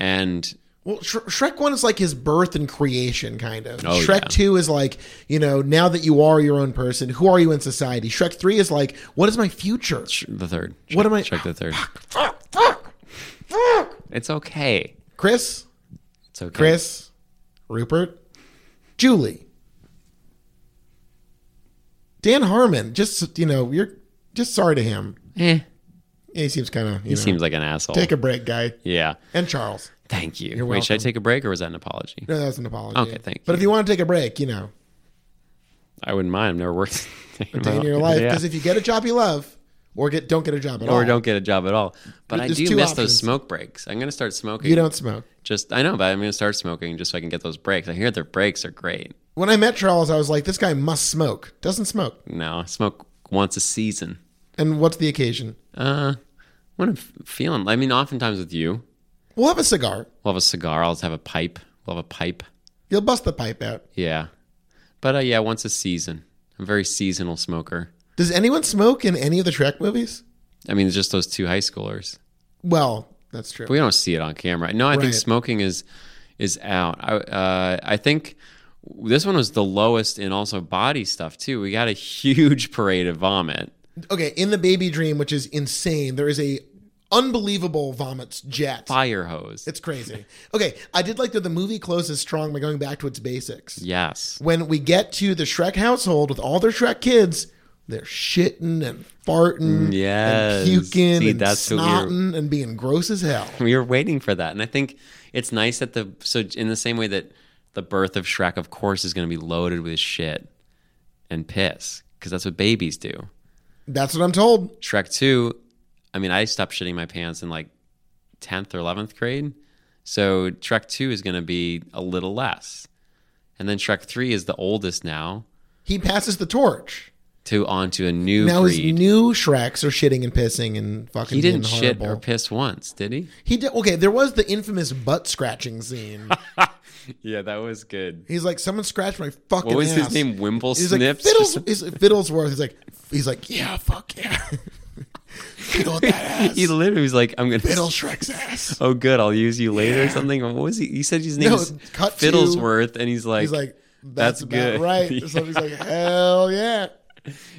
[SPEAKER 2] and
[SPEAKER 1] Well, Sh- Shrek 1 is like his birth and creation, kind of.
[SPEAKER 2] Oh,
[SPEAKER 1] Shrek
[SPEAKER 2] yeah.
[SPEAKER 1] 2 is like, you know, now that you are your own person, who are you in society? Shrek 3 is like, what is my future?
[SPEAKER 2] the third.
[SPEAKER 1] What am I-
[SPEAKER 2] Shrek the third.
[SPEAKER 1] Fuck, fuck, fuck.
[SPEAKER 2] It's okay.
[SPEAKER 1] Chris,
[SPEAKER 2] It's okay.
[SPEAKER 1] Chris, Rupert, Julie, Dan Harmon. Just, you know, you're just sorry to him.
[SPEAKER 2] Eh.
[SPEAKER 1] Yeah, he seems kind of.
[SPEAKER 2] He seems like an asshole.
[SPEAKER 1] Take a break, guy.
[SPEAKER 2] yeah.
[SPEAKER 1] And Charles.
[SPEAKER 2] Thank you. Wait, should I take a break or was that an apology?
[SPEAKER 1] No, that's an apology.
[SPEAKER 2] Okay, thank
[SPEAKER 1] But
[SPEAKER 2] you.
[SPEAKER 1] if you want to take a break, you know,
[SPEAKER 2] I wouldn't mind. I've never worked a day in my
[SPEAKER 1] day in your
[SPEAKER 2] life.
[SPEAKER 1] life,
[SPEAKER 2] Yeah.
[SPEAKER 1] because if you get a job you love, or get don't get a job at all,
[SPEAKER 2] or don't get a job at all. But I
[SPEAKER 1] There's
[SPEAKER 2] do
[SPEAKER 1] two
[SPEAKER 2] miss those
[SPEAKER 1] options.
[SPEAKER 2] smoke breaks. I'm gonna start smoking.
[SPEAKER 1] you don't smoke.
[SPEAKER 2] just I know, but I'm gonna start smoking just so I can get those breaks. I hear their breaks are great.
[SPEAKER 1] When I met Charles, I was like, this guy must smoke. Doesn't smoke.
[SPEAKER 2] No, I smoke once a season.
[SPEAKER 1] And what's the occasion?
[SPEAKER 2] Uh, when I'm f- feeling, I mean, oftentimes with you,
[SPEAKER 1] We'll have a cigar.
[SPEAKER 2] we'll have a cigar. I'll just have a pipe. We'll have a pipe.
[SPEAKER 1] You'll bust the pipe out.
[SPEAKER 2] Yeah, but uh, yeah, once a season. I'm a very seasonal smoker.
[SPEAKER 1] Does anyone smoke in any of the Trek movies?
[SPEAKER 2] I mean, it's just those two high schoolers.
[SPEAKER 1] Well, that's true.
[SPEAKER 2] But we don't see it on camera. No, I think
[SPEAKER 1] Right.
[SPEAKER 2] smoking is is out. I uh, I think this one was the lowest in also body stuff too. We got a huge parade of vomit.
[SPEAKER 1] Okay, in the baby dream, which is insane, there is a unbelievable vomits jet.
[SPEAKER 2] Fire hose.
[SPEAKER 1] It's crazy. Okay, I did like that the movie closes strong by going back to its basics.
[SPEAKER 2] yes.
[SPEAKER 1] When we get to the Shrek household with all their Shrek kids, they're shitting and farting
[SPEAKER 2] Yes.
[SPEAKER 1] and puking
[SPEAKER 2] See,
[SPEAKER 1] and
[SPEAKER 2] that's what we were-
[SPEAKER 1] snotting and being gross as hell.
[SPEAKER 2] We were waiting for that. And I think it's nice that the so in the same way that the birth of Shrek of course is going to be loaded with shit and piss cuz that's what babies do.
[SPEAKER 1] That's what I'm told.
[SPEAKER 2] Shrek 2, I mean, I stopped shitting my pants in like 10th or 11th grade. So Shrek 2 is going to be a little less. And then Shrek 3 is the oldest now
[SPEAKER 1] He passes the torch.
[SPEAKER 2] to onto a new
[SPEAKER 1] Now
[SPEAKER 2] breed.
[SPEAKER 1] his new Shreks are shitting and pissing and fucking.
[SPEAKER 2] he didn't
[SPEAKER 1] being
[SPEAKER 2] shit
[SPEAKER 1] horrible.
[SPEAKER 2] or piss once, did he?
[SPEAKER 1] He did. Okay, there was the infamous butt scratching scene.
[SPEAKER 2] Yeah, that was good.
[SPEAKER 1] He's like, someone scratched my fucking.
[SPEAKER 2] What was his
[SPEAKER 1] ass."
[SPEAKER 2] name? Wimple
[SPEAKER 1] He's
[SPEAKER 2] Snips?
[SPEAKER 1] like Fiddles. He's like, Fiddlesworth. He's like, he's like, yeah, fuck yeah. Fiddle that ass.
[SPEAKER 2] he literally was like, I'm going
[SPEAKER 1] Fiddle
[SPEAKER 2] to.
[SPEAKER 1] Shrek's ass.
[SPEAKER 2] Oh, good. I'll use you later or something. What was he? He said his name
[SPEAKER 1] No,
[SPEAKER 2] was
[SPEAKER 1] cut to-
[SPEAKER 2] Fiddlesworth, and he's like,
[SPEAKER 1] He's like, that's,
[SPEAKER 2] That's
[SPEAKER 1] about
[SPEAKER 2] good.
[SPEAKER 1] right. So he's like, hell yeah,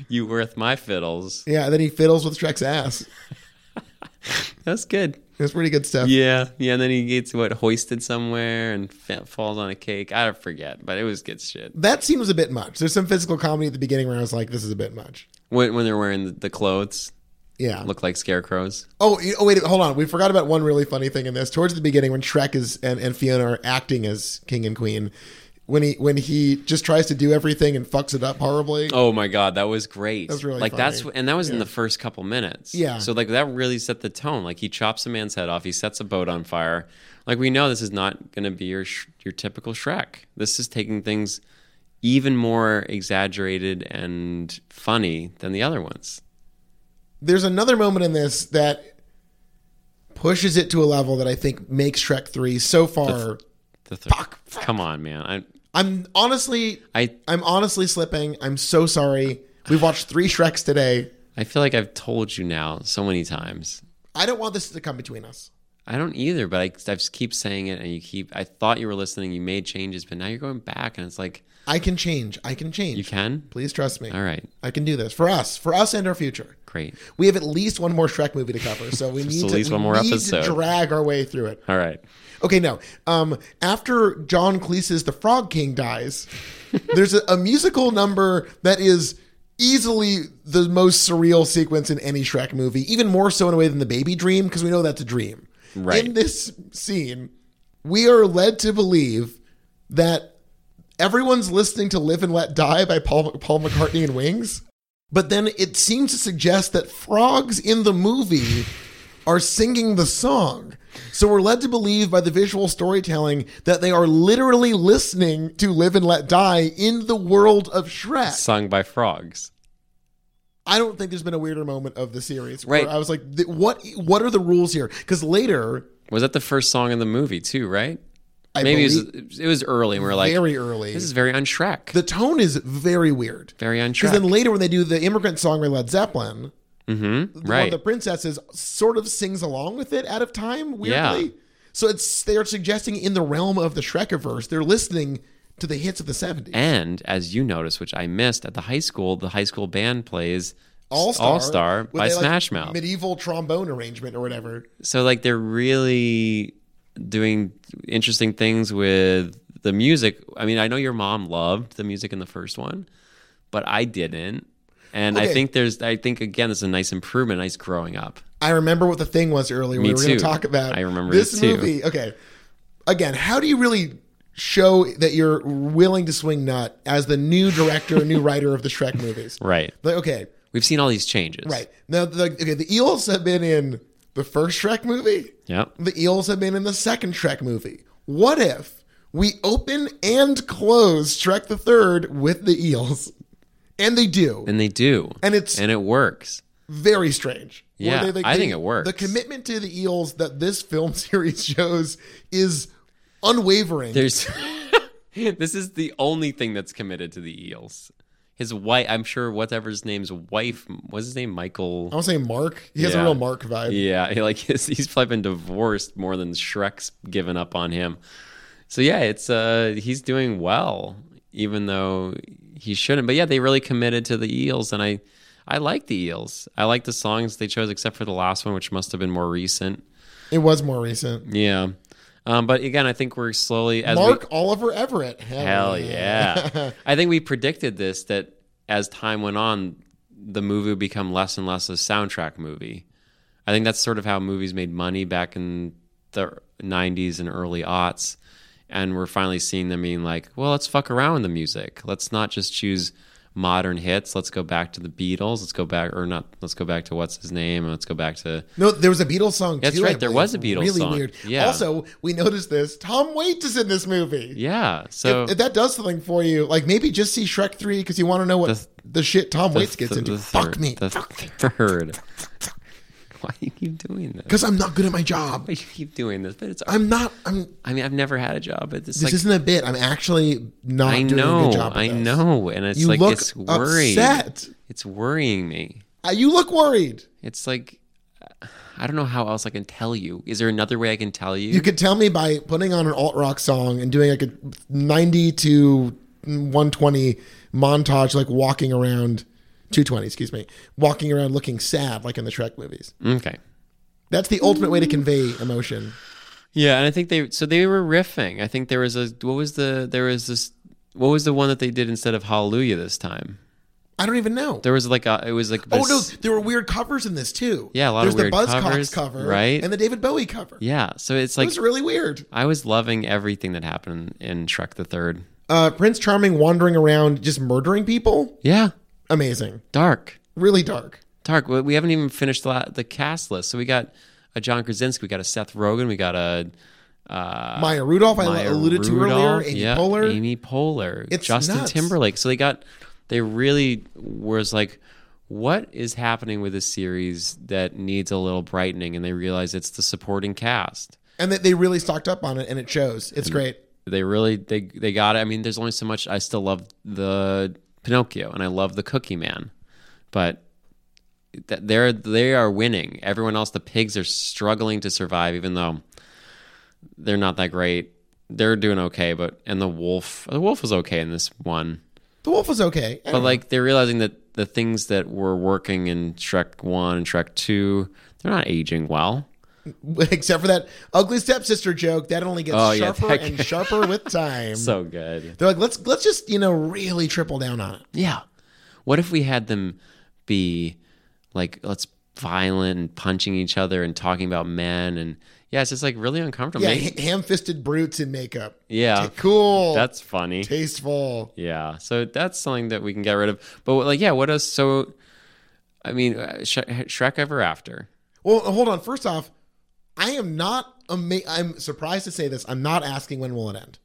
[SPEAKER 2] You worth my fiddles.
[SPEAKER 1] yeah. And then he fiddles with Shrek's ass.
[SPEAKER 2] That's good.
[SPEAKER 1] That's pretty good stuff.
[SPEAKER 2] Yeah, yeah. And then he gets what hoisted somewhere and fa- falls on a cake. I forget, but it was good shit.
[SPEAKER 1] That seems a bit much. There's some physical comedy at the beginning where I was like, this is a bit much.
[SPEAKER 2] When when they're wearing the, the clothes,
[SPEAKER 1] Yeah.
[SPEAKER 2] look like scarecrows.
[SPEAKER 1] Oh, you- oh, wait, hold on. We forgot about one really funny thing in this. Towards the beginning, when Shrek is and, and Fiona are acting as king and queen, when he when he just tries to do everything and fucks it up horribly.
[SPEAKER 2] Oh my god, that was great. That's
[SPEAKER 1] was really
[SPEAKER 2] like that's
[SPEAKER 1] funny.
[SPEAKER 2] and that was in the first couple minutes.
[SPEAKER 1] Yeah.
[SPEAKER 2] So like that really set the tone. Like he chops a man's head off. He sets a boat on fire. Like we know this is not going to be your sh- your typical Shrek. This is taking things even more exaggerated and funny than the other ones.
[SPEAKER 1] There's another moment in this that pushes it to a level that I think makes Shrek three so far.
[SPEAKER 2] The th- Come on, man. I
[SPEAKER 1] I'm honestly,
[SPEAKER 2] I
[SPEAKER 1] I'm honestly slipping. I'm so sorry. We've watched three Shreks today.
[SPEAKER 2] I feel like I've told you now so many times.
[SPEAKER 1] I don't want this to come between us.
[SPEAKER 2] I don't either, but I, I just keep saying it, and you keep. I thought you were listening. You made changes, but now you're going back, and it's like
[SPEAKER 1] I can change. I can change.
[SPEAKER 2] you can.
[SPEAKER 1] Please trust me.
[SPEAKER 2] All right,
[SPEAKER 1] I can do this for us, for us and our future.
[SPEAKER 2] great.
[SPEAKER 1] We have at least one more Shrek movie to cover, so we need
[SPEAKER 2] at
[SPEAKER 1] to,
[SPEAKER 2] least
[SPEAKER 1] we
[SPEAKER 2] one more
[SPEAKER 1] need to
[SPEAKER 2] episode.
[SPEAKER 1] drag our way through it.
[SPEAKER 2] All right.
[SPEAKER 1] Okay, no. Um, after John Cleese's The Frog King dies, there's a, a musical number that is easily the most surreal sequence in any Shrek movie, even more so in a way than the baby dream, because we know that's a dream.
[SPEAKER 2] Right.
[SPEAKER 1] In this scene, we are led to believe that everyone's listening to Live and Let Die by Paul, Paul McCartney and Wings. But then it seems to suggest that frogs in the movie are singing the song. So we're led to believe by the visual storytelling that they are literally listening to Live and Let Die in the world of Shrek.
[SPEAKER 2] Sung by frogs.
[SPEAKER 1] I don't think there's been a weirder moment of the series
[SPEAKER 2] Right.
[SPEAKER 1] where I was like, th- what What are the rules here? Because later,
[SPEAKER 2] Was that the first song in the movie too? Right.
[SPEAKER 1] I
[SPEAKER 2] Maybe
[SPEAKER 1] believe,
[SPEAKER 2] it was. It was early, and we are like,
[SPEAKER 1] very early,
[SPEAKER 2] this is very on Shrek.
[SPEAKER 1] the tone is very weird.
[SPEAKER 2] very on
[SPEAKER 1] Because
[SPEAKER 2] Shrek.
[SPEAKER 1] then later, when they do the immigrant song by Led Zeppelin,
[SPEAKER 2] mm-hmm.
[SPEAKER 1] one of
[SPEAKER 2] Right.
[SPEAKER 1] the princesses sort of sings along with it out of time weirdly.
[SPEAKER 2] Yeah.
[SPEAKER 1] So it's they are suggesting in the realm of the Shrekiverse, they're listening to the hits of the 70s.
[SPEAKER 2] and as you noticed, which I missed at the high school, the high school band plays
[SPEAKER 1] All Star,
[SPEAKER 2] Star
[SPEAKER 1] with
[SPEAKER 2] by
[SPEAKER 1] their, like,
[SPEAKER 2] Smash Mouth.
[SPEAKER 1] medieval trombone arrangement or whatever.
[SPEAKER 2] So like they're really doing interesting things with the music. I mean, I know your mom loved the music in the first one, but I didn't. And I
[SPEAKER 1] Okay.
[SPEAKER 2] think there's I think again it's a nice improvement, nice growing up.
[SPEAKER 1] I remember what the thing was earlier.
[SPEAKER 2] Me
[SPEAKER 1] we were going
[SPEAKER 2] too.
[SPEAKER 1] to talk about.
[SPEAKER 2] I remember
[SPEAKER 1] this
[SPEAKER 2] it too.
[SPEAKER 1] movie. Okay, again, how do you really show that you're willing to swing nut as the new director, new writer of the Shrek movies?
[SPEAKER 2] Right.
[SPEAKER 1] Like, okay,
[SPEAKER 2] We've seen all these changes.
[SPEAKER 1] right now, the, okay, the eels have been in the first Shrek movie.
[SPEAKER 2] Yep.
[SPEAKER 1] The eels have been in the second Shrek movie. What if we open and close Shrek the Third with the eels? And they do.
[SPEAKER 2] And they do.
[SPEAKER 1] And it's-
[SPEAKER 2] and it works.
[SPEAKER 1] very strange. Where
[SPEAKER 2] Yeah, I think it works.
[SPEAKER 1] The commitment to the eels that this film series shows is unwavering.
[SPEAKER 2] There's this is the only thing that's committed to the eels. His wife, I'm sure, whatever his name's wife was his name, Michael.
[SPEAKER 1] I want to say Mark. He has
[SPEAKER 2] Yeah.
[SPEAKER 1] a real Mark vibe.
[SPEAKER 2] Yeah, he, like he's, he's probably been divorced more than Shrek's given up on him. So yeah, it's uh he's doing well, even though he shouldn't. But yeah, they really committed to the eels, and I I like the eels. I like the songs they chose, except for the last one, which must have been more recent.
[SPEAKER 1] It was more recent.
[SPEAKER 2] Yeah, um, but again, I think we're slowly as we,
[SPEAKER 1] Mark Oliver Everett. Hell,
[SPEAKER 2] Hell yeah. I think we predicted this that as time went on, the movie would become less and less a soundtrack movie. I think that's sort of how movies made money back in the 90s and early aughts. And we're finally seeing them being like, well, let's fuck around with the music. Let's not just choose modern hits. Let's go back to the Beatles. Let's go back, or not, let's go back to what's his name. Let's go back to,
[SPEAKER 1] No, there was a Beatles song
[SPEAKER 2] That's
[SPEAKER 1] too.
[SPEAKER 2] right,
[SPEAKER 1] I
[SPEAKER 2] there
[SPEAKER 1] believe.
[SPEAKER 2] was a Beatles
[SPEAKER 1] really
[SPEAKER 2] song.
[SPEAKER 1] weird.
[SPEAKER 2] Yeah.
[SPEAKER 1] Also, we noticed this. Tom Waits is in this movie.
[SPEAKER 2] yeah. So
[SPEAKER 1] If that does something for you, like maybe just see Shrek 3 because you want to know what the, shit Tom Waits gets into. Fuck
[SPEAKER 2] third-
[SPEAKER 1] me.
[SPEAKER 2] The third. Why do you keep doing this?
[SPEAKER 1] Because I'm not good at my job.
[SPEAKER 2] Why do you keep doing this? But it's. i
[SPEAKER 1] I'm not, I'm
[SPEAKER 2] mean, I've never had a job, but it's
[SPEAKER 1] This
[SPEAKER 2] like
[SPEAKER 1] isn't a bit. I'm actually not
[SPEAKER 2] I
[SPEAKER 1] doing a
[SPEAKER 2] know,
[SPEAKER 1] good job. at
[SPEAKER 2] I
[SPEAKER 1] this.
[SPEAKER 2] know, and it's
[SPEAKER 1] You
[SPEAKER 2] like
[SPEAKER 1] look
[SPEAKER 2] it's worrying.
[SPEAKER 1] upset.
[SPEAKER 2] It's worrying me.
[SPEAKER 1] Uh, You look worried.
[SPEAKER 2] It's like I don't know how else I can tell you. Is there another way I can tell you?
[SPEAKER 1] You could tell me by putting on an alt rock song and doing like a 90 to 120 montage, like walking around 220, excuse me, walking around looking sad, like in the Shrek movies.
[SPEAKER 2] okay.
[SPEAKER 1] That's the ultimate way to convey emotion.
[SPEAKER 2] Yeah, and I think they so they were riffing. I think there was a what was the there was this what was the one that they did instead of Hallelujah this time?
[SPEAKER 1] I don't even know.
[SPEAKER 2] There was like a it was like
[SPEAKER 1] Oh
[SPEAKER 2] this-
[SPEAKER 1] no, there were weird covers in this too.
[SPEAKER 2] Yeah, a lot
[SPEAKER 1] There's
[SPEAKER 2] of weird
[SPEAKER 1] the Buzzcocks
[SPEAKER 2] covers,
[SPEAKER 1] cover,
[SPEAKER 2] right?
[SPEAKER 1] and the David Bowie cover.
[SPEAKER 2] yeah. So it's
[SPEAKER 1] It
[SPEAKER 2] like
[SPEAKER 1] was really weird.
[SPEAKER 2] I was loving everything that happened in Shrek the Third.
[SPEAKER 1] Uh, Prince Charming wandering around just murdering people.
[SPEAKER 2] Yeah,
[SPEAKER 1] Amazing.
[SPEAKER 2] dark.
[SPEAKER 1] Really dark.
[SPEAKER 2] Tark, we we haven't even finished the, the cast list. So we got a John Krasinski, we got a Seth Rogen, we got a uh,
[SPEAKER 1] Maya Rudolph, I
[SPEAKER 2] Maya
[SPEAKER 1] alluded to earlier.
[SPEAKER 2] Rudolph,
[SPEAKER 1] Amy
[SPEAKER 2] yeah,
[SPEAKER 1] Poehler.
[SPEAKER 2] Amy Poehler,
[SPEAKER 1] It's
[SPEAKER 2] Justin
[SPEAKER 1] nuts.
[SPEAKER 2] Timberlake. So they got, they really was like, what is happening with this series that needs a little brightening? And they realize it's the supporting cast.
[SPEAKER 1] And they, they really stocked up on it, and it shows. It's great.
[SPEAKER 2] They really they they got it. I mean, there's only so much. I still love the Pinocchio, and I love the Cookie Man, but th- they're they are winning. Everyone else, the pigs are struggling to survive, even though they're not that great. They're doing okay, but and the wolf, the wolf was okay in this one,
[SPEAKER 1] The Wolf was okay. I
[SPEAKER 2] but
[SPEAKER 1] don't-
[SPEAKER 2] like they're realizing that the things that were working in Shrek One and Shrek Two, they're not aging well.
[SPEAKER 1] except for that ugly stepsister joke, that only gets
[SPEAKER 2] Oh, yeah,
[SPEAKER 1] sharper
[SPEAKER 2] that-
[SPEAKER 1] and sharper with time.
[SPEAKER 2] So good.
[SPEAKER 1] They're like, let's let's just you know really triple down on it.
[SPEAKER 2] Yeah. What if we had them be like, let's violent and punching each other and talking about men and yeah, it's just like really uncomfortable.
[SPEAKER 1] Yeah, ha-
[SPEAKER 2] Maybe-
[SPEAKER 1] ham-fisted brutes in makeup.
[SPEAKER 2] yeah.
[SPEAKER 1] Cool.
[SPEAKER 2] That's funny.
[SPEAKER 1] tasteful.
[SPEAKER 2] Yeah. So that's something that we can get rid of. But like, yeah, what else? So, I mean, uh, Sh- Shrek Ever After.
[SPEAKER 1] Well, hold on. First off, I am not. Ama- I'm surprised to say this. I'm not asking when will it end.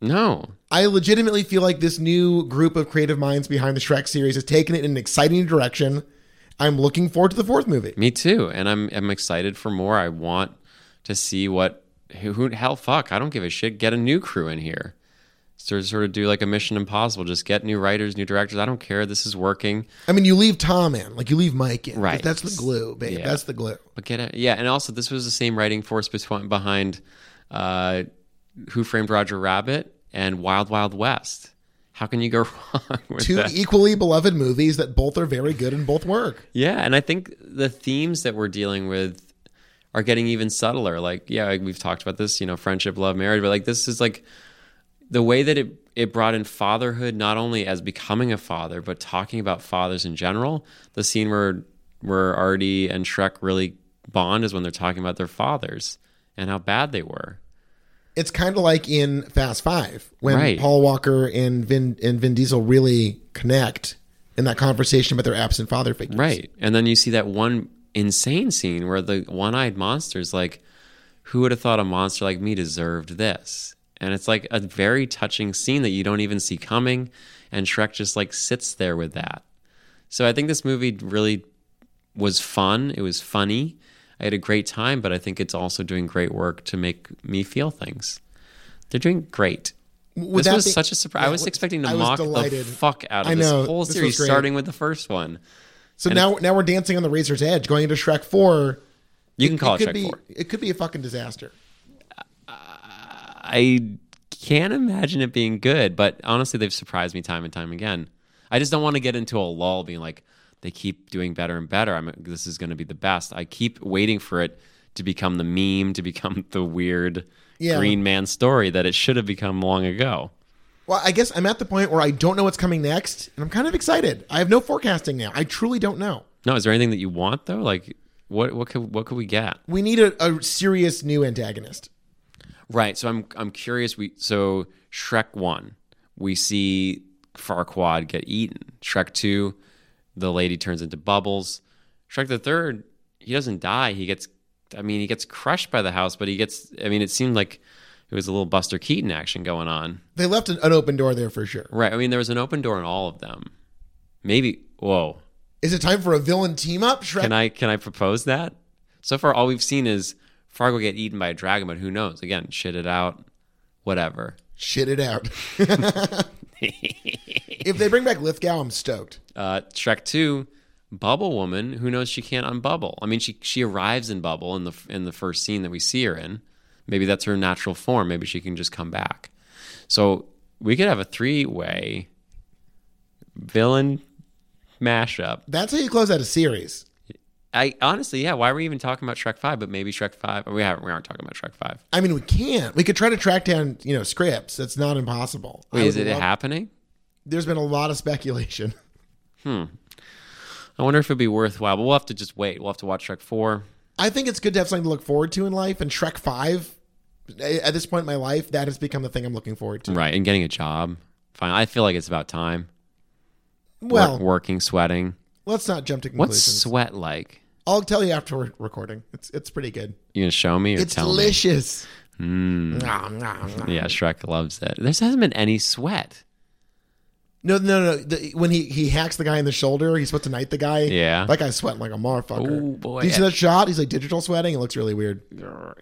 [SPEAKER 2] No.
[SPEAKER 1] I legitimately feel like this new group of creative minds behind the Shrek series has taken it in an exciting direction. I'm looking forward to the fourth movie.
[SPEAKER 2] Me too. And I'm I'm excited for more. I want to see what who, who hell fuck. I don't give a shit. Get a new crew in here. Sort of, sort of do like a Mission Impossible. Just get new writers, new directors. I don't care. This is working.
[SPEAKER 1] I mean, you leave Tom in, like you leave Mike in. 'cause
[SPEAKER 2] Right.
[SPEAKER 1] That's the glue, babe.
[SPEAKER 2] Yeah.
[SPEAKER 1] That's the glue.
[SPEAKER 2] But get it. Yeah. And also, this was the same writing force between, behind uh, Who Framed Roger Rabbit and Wild Wild West. How can you go wrong with
[SPEAKER 1] Two
[SPEAKER 2] that?
[SPEAKER 1] equally beloved movies that both are very good and both work.
[SPEAKER 2] Yeah, and I think the themes that we're dealing with are getting even subtler. Like, yeah, like we've talked about this, you know, friendship, love, marriage, but like this is like the way that it it brought in fatherhood not only as becoming a father, but talking about fathers in general. The scene where where Artie and Shrek really Bond is when they're talking about their fathers and how bad they were.
[SPEAKER 1] It's kind of like in Fast Five when
[SPEAKER 2] Right.
[SPEAKER 1] Paul Walker and Vin and Vin Diesel really connect in that conversation about their absent father figures.
[SPEAKER 2] Right. And then you see that one insane scene where the one eyed monster's like, who would have thought a monster like me deserved this? And it's like a very touching scene that you don't even see coming. And Shrek just like sits there with that. So I think this movie really was fun. It was funny. I had a great time, but I think it's also doing great work to make me feel things. They're doing great.
[SPEAKER 1] Would
[SPEAKER 2] this
[SPEAKER 1] that
[SPEAKER 2] was
[SPEAKER 1] be-
[SPEAKER 2] such a surprise.
[SPEAKER 1] Yeah,
[SPEAKER 2] I was
[SPEAKER 1] what-
[SPEAKER 2] expecting to
[SPEAKER 1] I was
[SPEAKER 2] mock the
[SPEAKER 1] delighted.
[SPEAKER 2] fuck out of
[SPEAKER 1] I know.
[SPEAKER 2] this whole
[SPEAKER 1] This was
[SPEAKER 2] series,
[SPEAKER 1] great.
[SPEAKER 2] starting with the first one.
[SPEAKER 1] So now now we're dancing on the razor's edge, going into Shrek Four.
[SPEAKER 2] You can call it,
[SPEAKER 1] could
[SPEAKER 2] Oh, Shrek
[SPEAKER 1] be,
[SPEAKER 2] 4.
[SPEAKER 1] It could be a fucking disaster.
[SPEAKER 2] I can't imagine it being good, but honestly, they've surprised me time and time again. I just don't want to get into a lull, being like, they keep doing better and better. I'm this is going to be the best. I keep waiting for it to become the meme, to become the weird
[SPEAKER 1] Yeah.
[SPEAKER 2] green man story that it should have become long ago.
[SPEAKER 1] Well, I guess I'm at the point where I don't know what's coming next, and I'm kind of excited. I have no forecasting now. I truly don't know.
[SPEAKER 2] No, is there anything that you want though? Like, what what could what could we get?
[SPEAKER 1] We need a, a serious new antagonist.
[SPEAKER 2] Right. So I'm I'm curious. We so Shrek one, we see Farquaad get eaten. Shrek two, the lady turns into bubbles. Shrek the third, he doesn't die. He gets, I mean, he gets crushed by the house, but he gets. I mean, it seemed like it was a little Buster Keaton action going on.
[SPEAKER 1] They left an, an open door there for sure.
[SPEAKER 2] Right. I mean, there was an open door in all of them. Maybe. Whoa.
[SPEAKER 1] Is it time for a villain team up? Shrek.
[SPEAKER 2] Can I can I propose that? So far, all we've seen is Fargo get eaten by a dragon, but who knows? Again, shit it out, whatever.
[SPEAKER 1] Shit it out. if they bring back Lithgow, I'm stoked.
[SPEAKER 2] Uh, Shrek Two, Bubble Woman. Who knows? She can't unbubble. I mean, she she arrives in Bubble in the in the first scene that we see her in. Maybe that's her natural form. Maybe she can just come back. So we could have a three way villain mashup.
[SPEAKER 1] That's how you close out a series.
[SPEAKER 2] I honestly, yeah. Why are we even talking about Shrek Five? But maybe Shrek Five. We haven't. We aren't talking about Shrek Five.
[SPEAKER 1] I mean, we can't. We could try to track down, you know, scripts. That's not impossible. I
[SPEAKER 2] Wait, is
[SPEAKER 1] would
[SPEAKER 2] it
[SPEAKER 1] love-
[SPEAKER 2] happening?
[SPEAKER 1] There's been a lot of speculation.
[SPEAKER 2] I wonder if it'd be worthwhile. But we'll have to just wait. We'll have to watch Shrek Four.
[SPEAKER 1] I think it's good to have something to look forward to in life. And Shrek Five, a- at this point in my life, that has become the thing I'm looking forward to.
[SPEAKER 2] Right, and getting a job. Fine. I feel like it's about time. Wor-
[SPEAKER 1] Well,
[SPEAKER 2] working, sweating.
[SPEAKER 1] let's not jump to
[SPEAKER 2] What's
[SPEAKER 1] conclusions.
[SPEAKER 2] sweat like?
[SPEAKER 1] I'll tell you after we're recording. It's it's pretty good.
[SPEAKER 2] You gonna show me Mm. or
[SPEAKER 1] It's
[SPEAKER 2] tell
[SPEAKER 1] delicious. Nom, nom, nom.
[SPEAKER 2] me? Yeah, Shrek loves it. There hasn't been any sweat.
[SPEAKER 1] No, no, no. The, when he, he hacks the guy in the shoulder, he's supposed to knight the guy.
[SPEAKER 2] Yeah.
[SPEAKER 1] That guy's sweating like a motherfucker.
[SPEAKER 2] Ooh, boy.
[SPEAKER 1] Did you see that shot? He's like digital sweating. It looks really weird.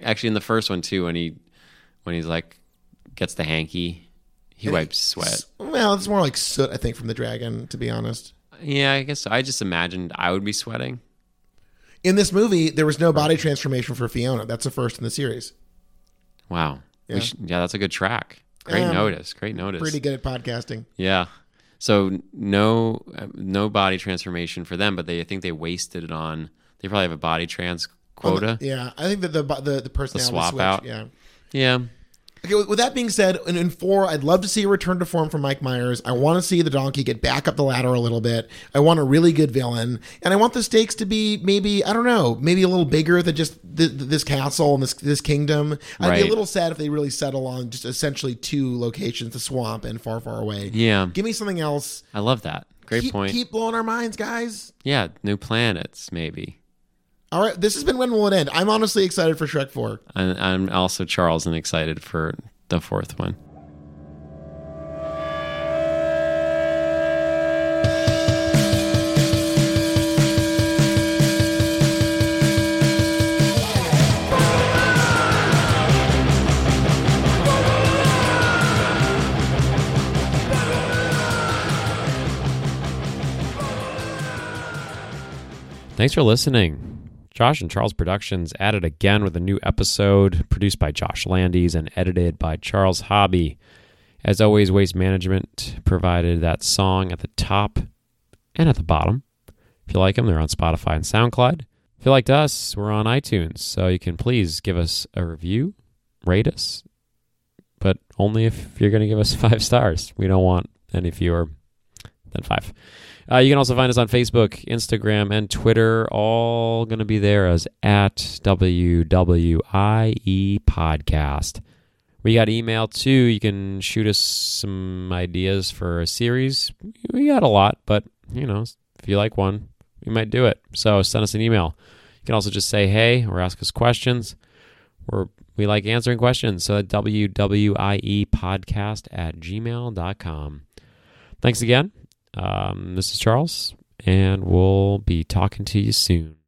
[SPEAKER 2] Actually, in the first one too, when he when he's like gets the hanky, he wipes sweat.
[SPEAKER 1] Well, it's more like soot, I think, from the dragon, to be honest.
[SPEAKER 2] Yeah, I guess so. I just imagined I would be sweating.
[SPEAKER 1] In this movie, there was no body transformation for Fiona. That's the first in the series.
[SPEAKER 2] Wow. We
[SPEAKER 1] Yeah.
[SPEAKER 2] should- yeah, that's a good track. Great
[SPEAKER 1] Um,
[SPEAKER 2] notice. Great notice.
[SPEAKER 1] Pretty good at podcasting.
[SPEAKER 2] Yeah. So n- no uh, no body transformation for them, but they I think they wasted it on. They probably have a body trans quota.
[SPEAKER 1] Yeah, I think that the bo- the the personality
[SPEAKER 2] swap
[SPEAKER 1] switch,
[SPEAKER 2] out.
[SPEAKER 1] Yeah.
[SPEAKER 2] yeah.
[SPEAKER 1] Okay. With with that being said, in, in four, I'd love to see a return to form from Mike Myers. I want to see the donkey get back up the ladder a little bit. I want a really good villain, and I want the stakes to be maybe I don't know, maybe a little bigger than just th- th- this castle and this this kingdom. I'd be
[SPEAKER 2] Right.
[SPEAKER 1] a little sad if they really settle on just essentially two locations: the swamp and far, far away.
[SPEAKER 2] Yeah.
[SPEAKER 1] Give me something else.
[SPEAKER 2] I love that. Great
[SPEAKER 1] keep,
[SPEAKER 2] point.
[SPEAKER 1] Keep blowing our minds, guys.
[SPEAKER 2] Yeah, new planets maybe.
[SPEAKER 1] All right, this has been when will it end? I'm honestly excited for Shrek Four.
[SPEAKER 2] And I'm also Charles and excited for the fourth one. Thanks for listening. Josh and Charles Productions at it again with a new episode produced by Josh Landis and edited by Charles Hobby. As always, Waste Management provided that song at the top and at the bottom. If you like them, they're on Spotify and SoundCloud. If you liked us, we're on iTunes, so you can please give us a review, rate us, but only if you're going to give us five stars. We don't want any fewer than five. Uh, you can also find us on Facebook, Instagram, and Twitter. All going to be there as at WWIE E Podcast. We got email too. You can shoot us some ideas for a series. We got a lot, but you know, if you like one, we might do it. So send us an email. You can also just say hey or ask us questions. We're, we like answering questions. So WWIE E podcast at gmail.com. Thanks again. Um, this is Charles, and we'll be talking to you soon.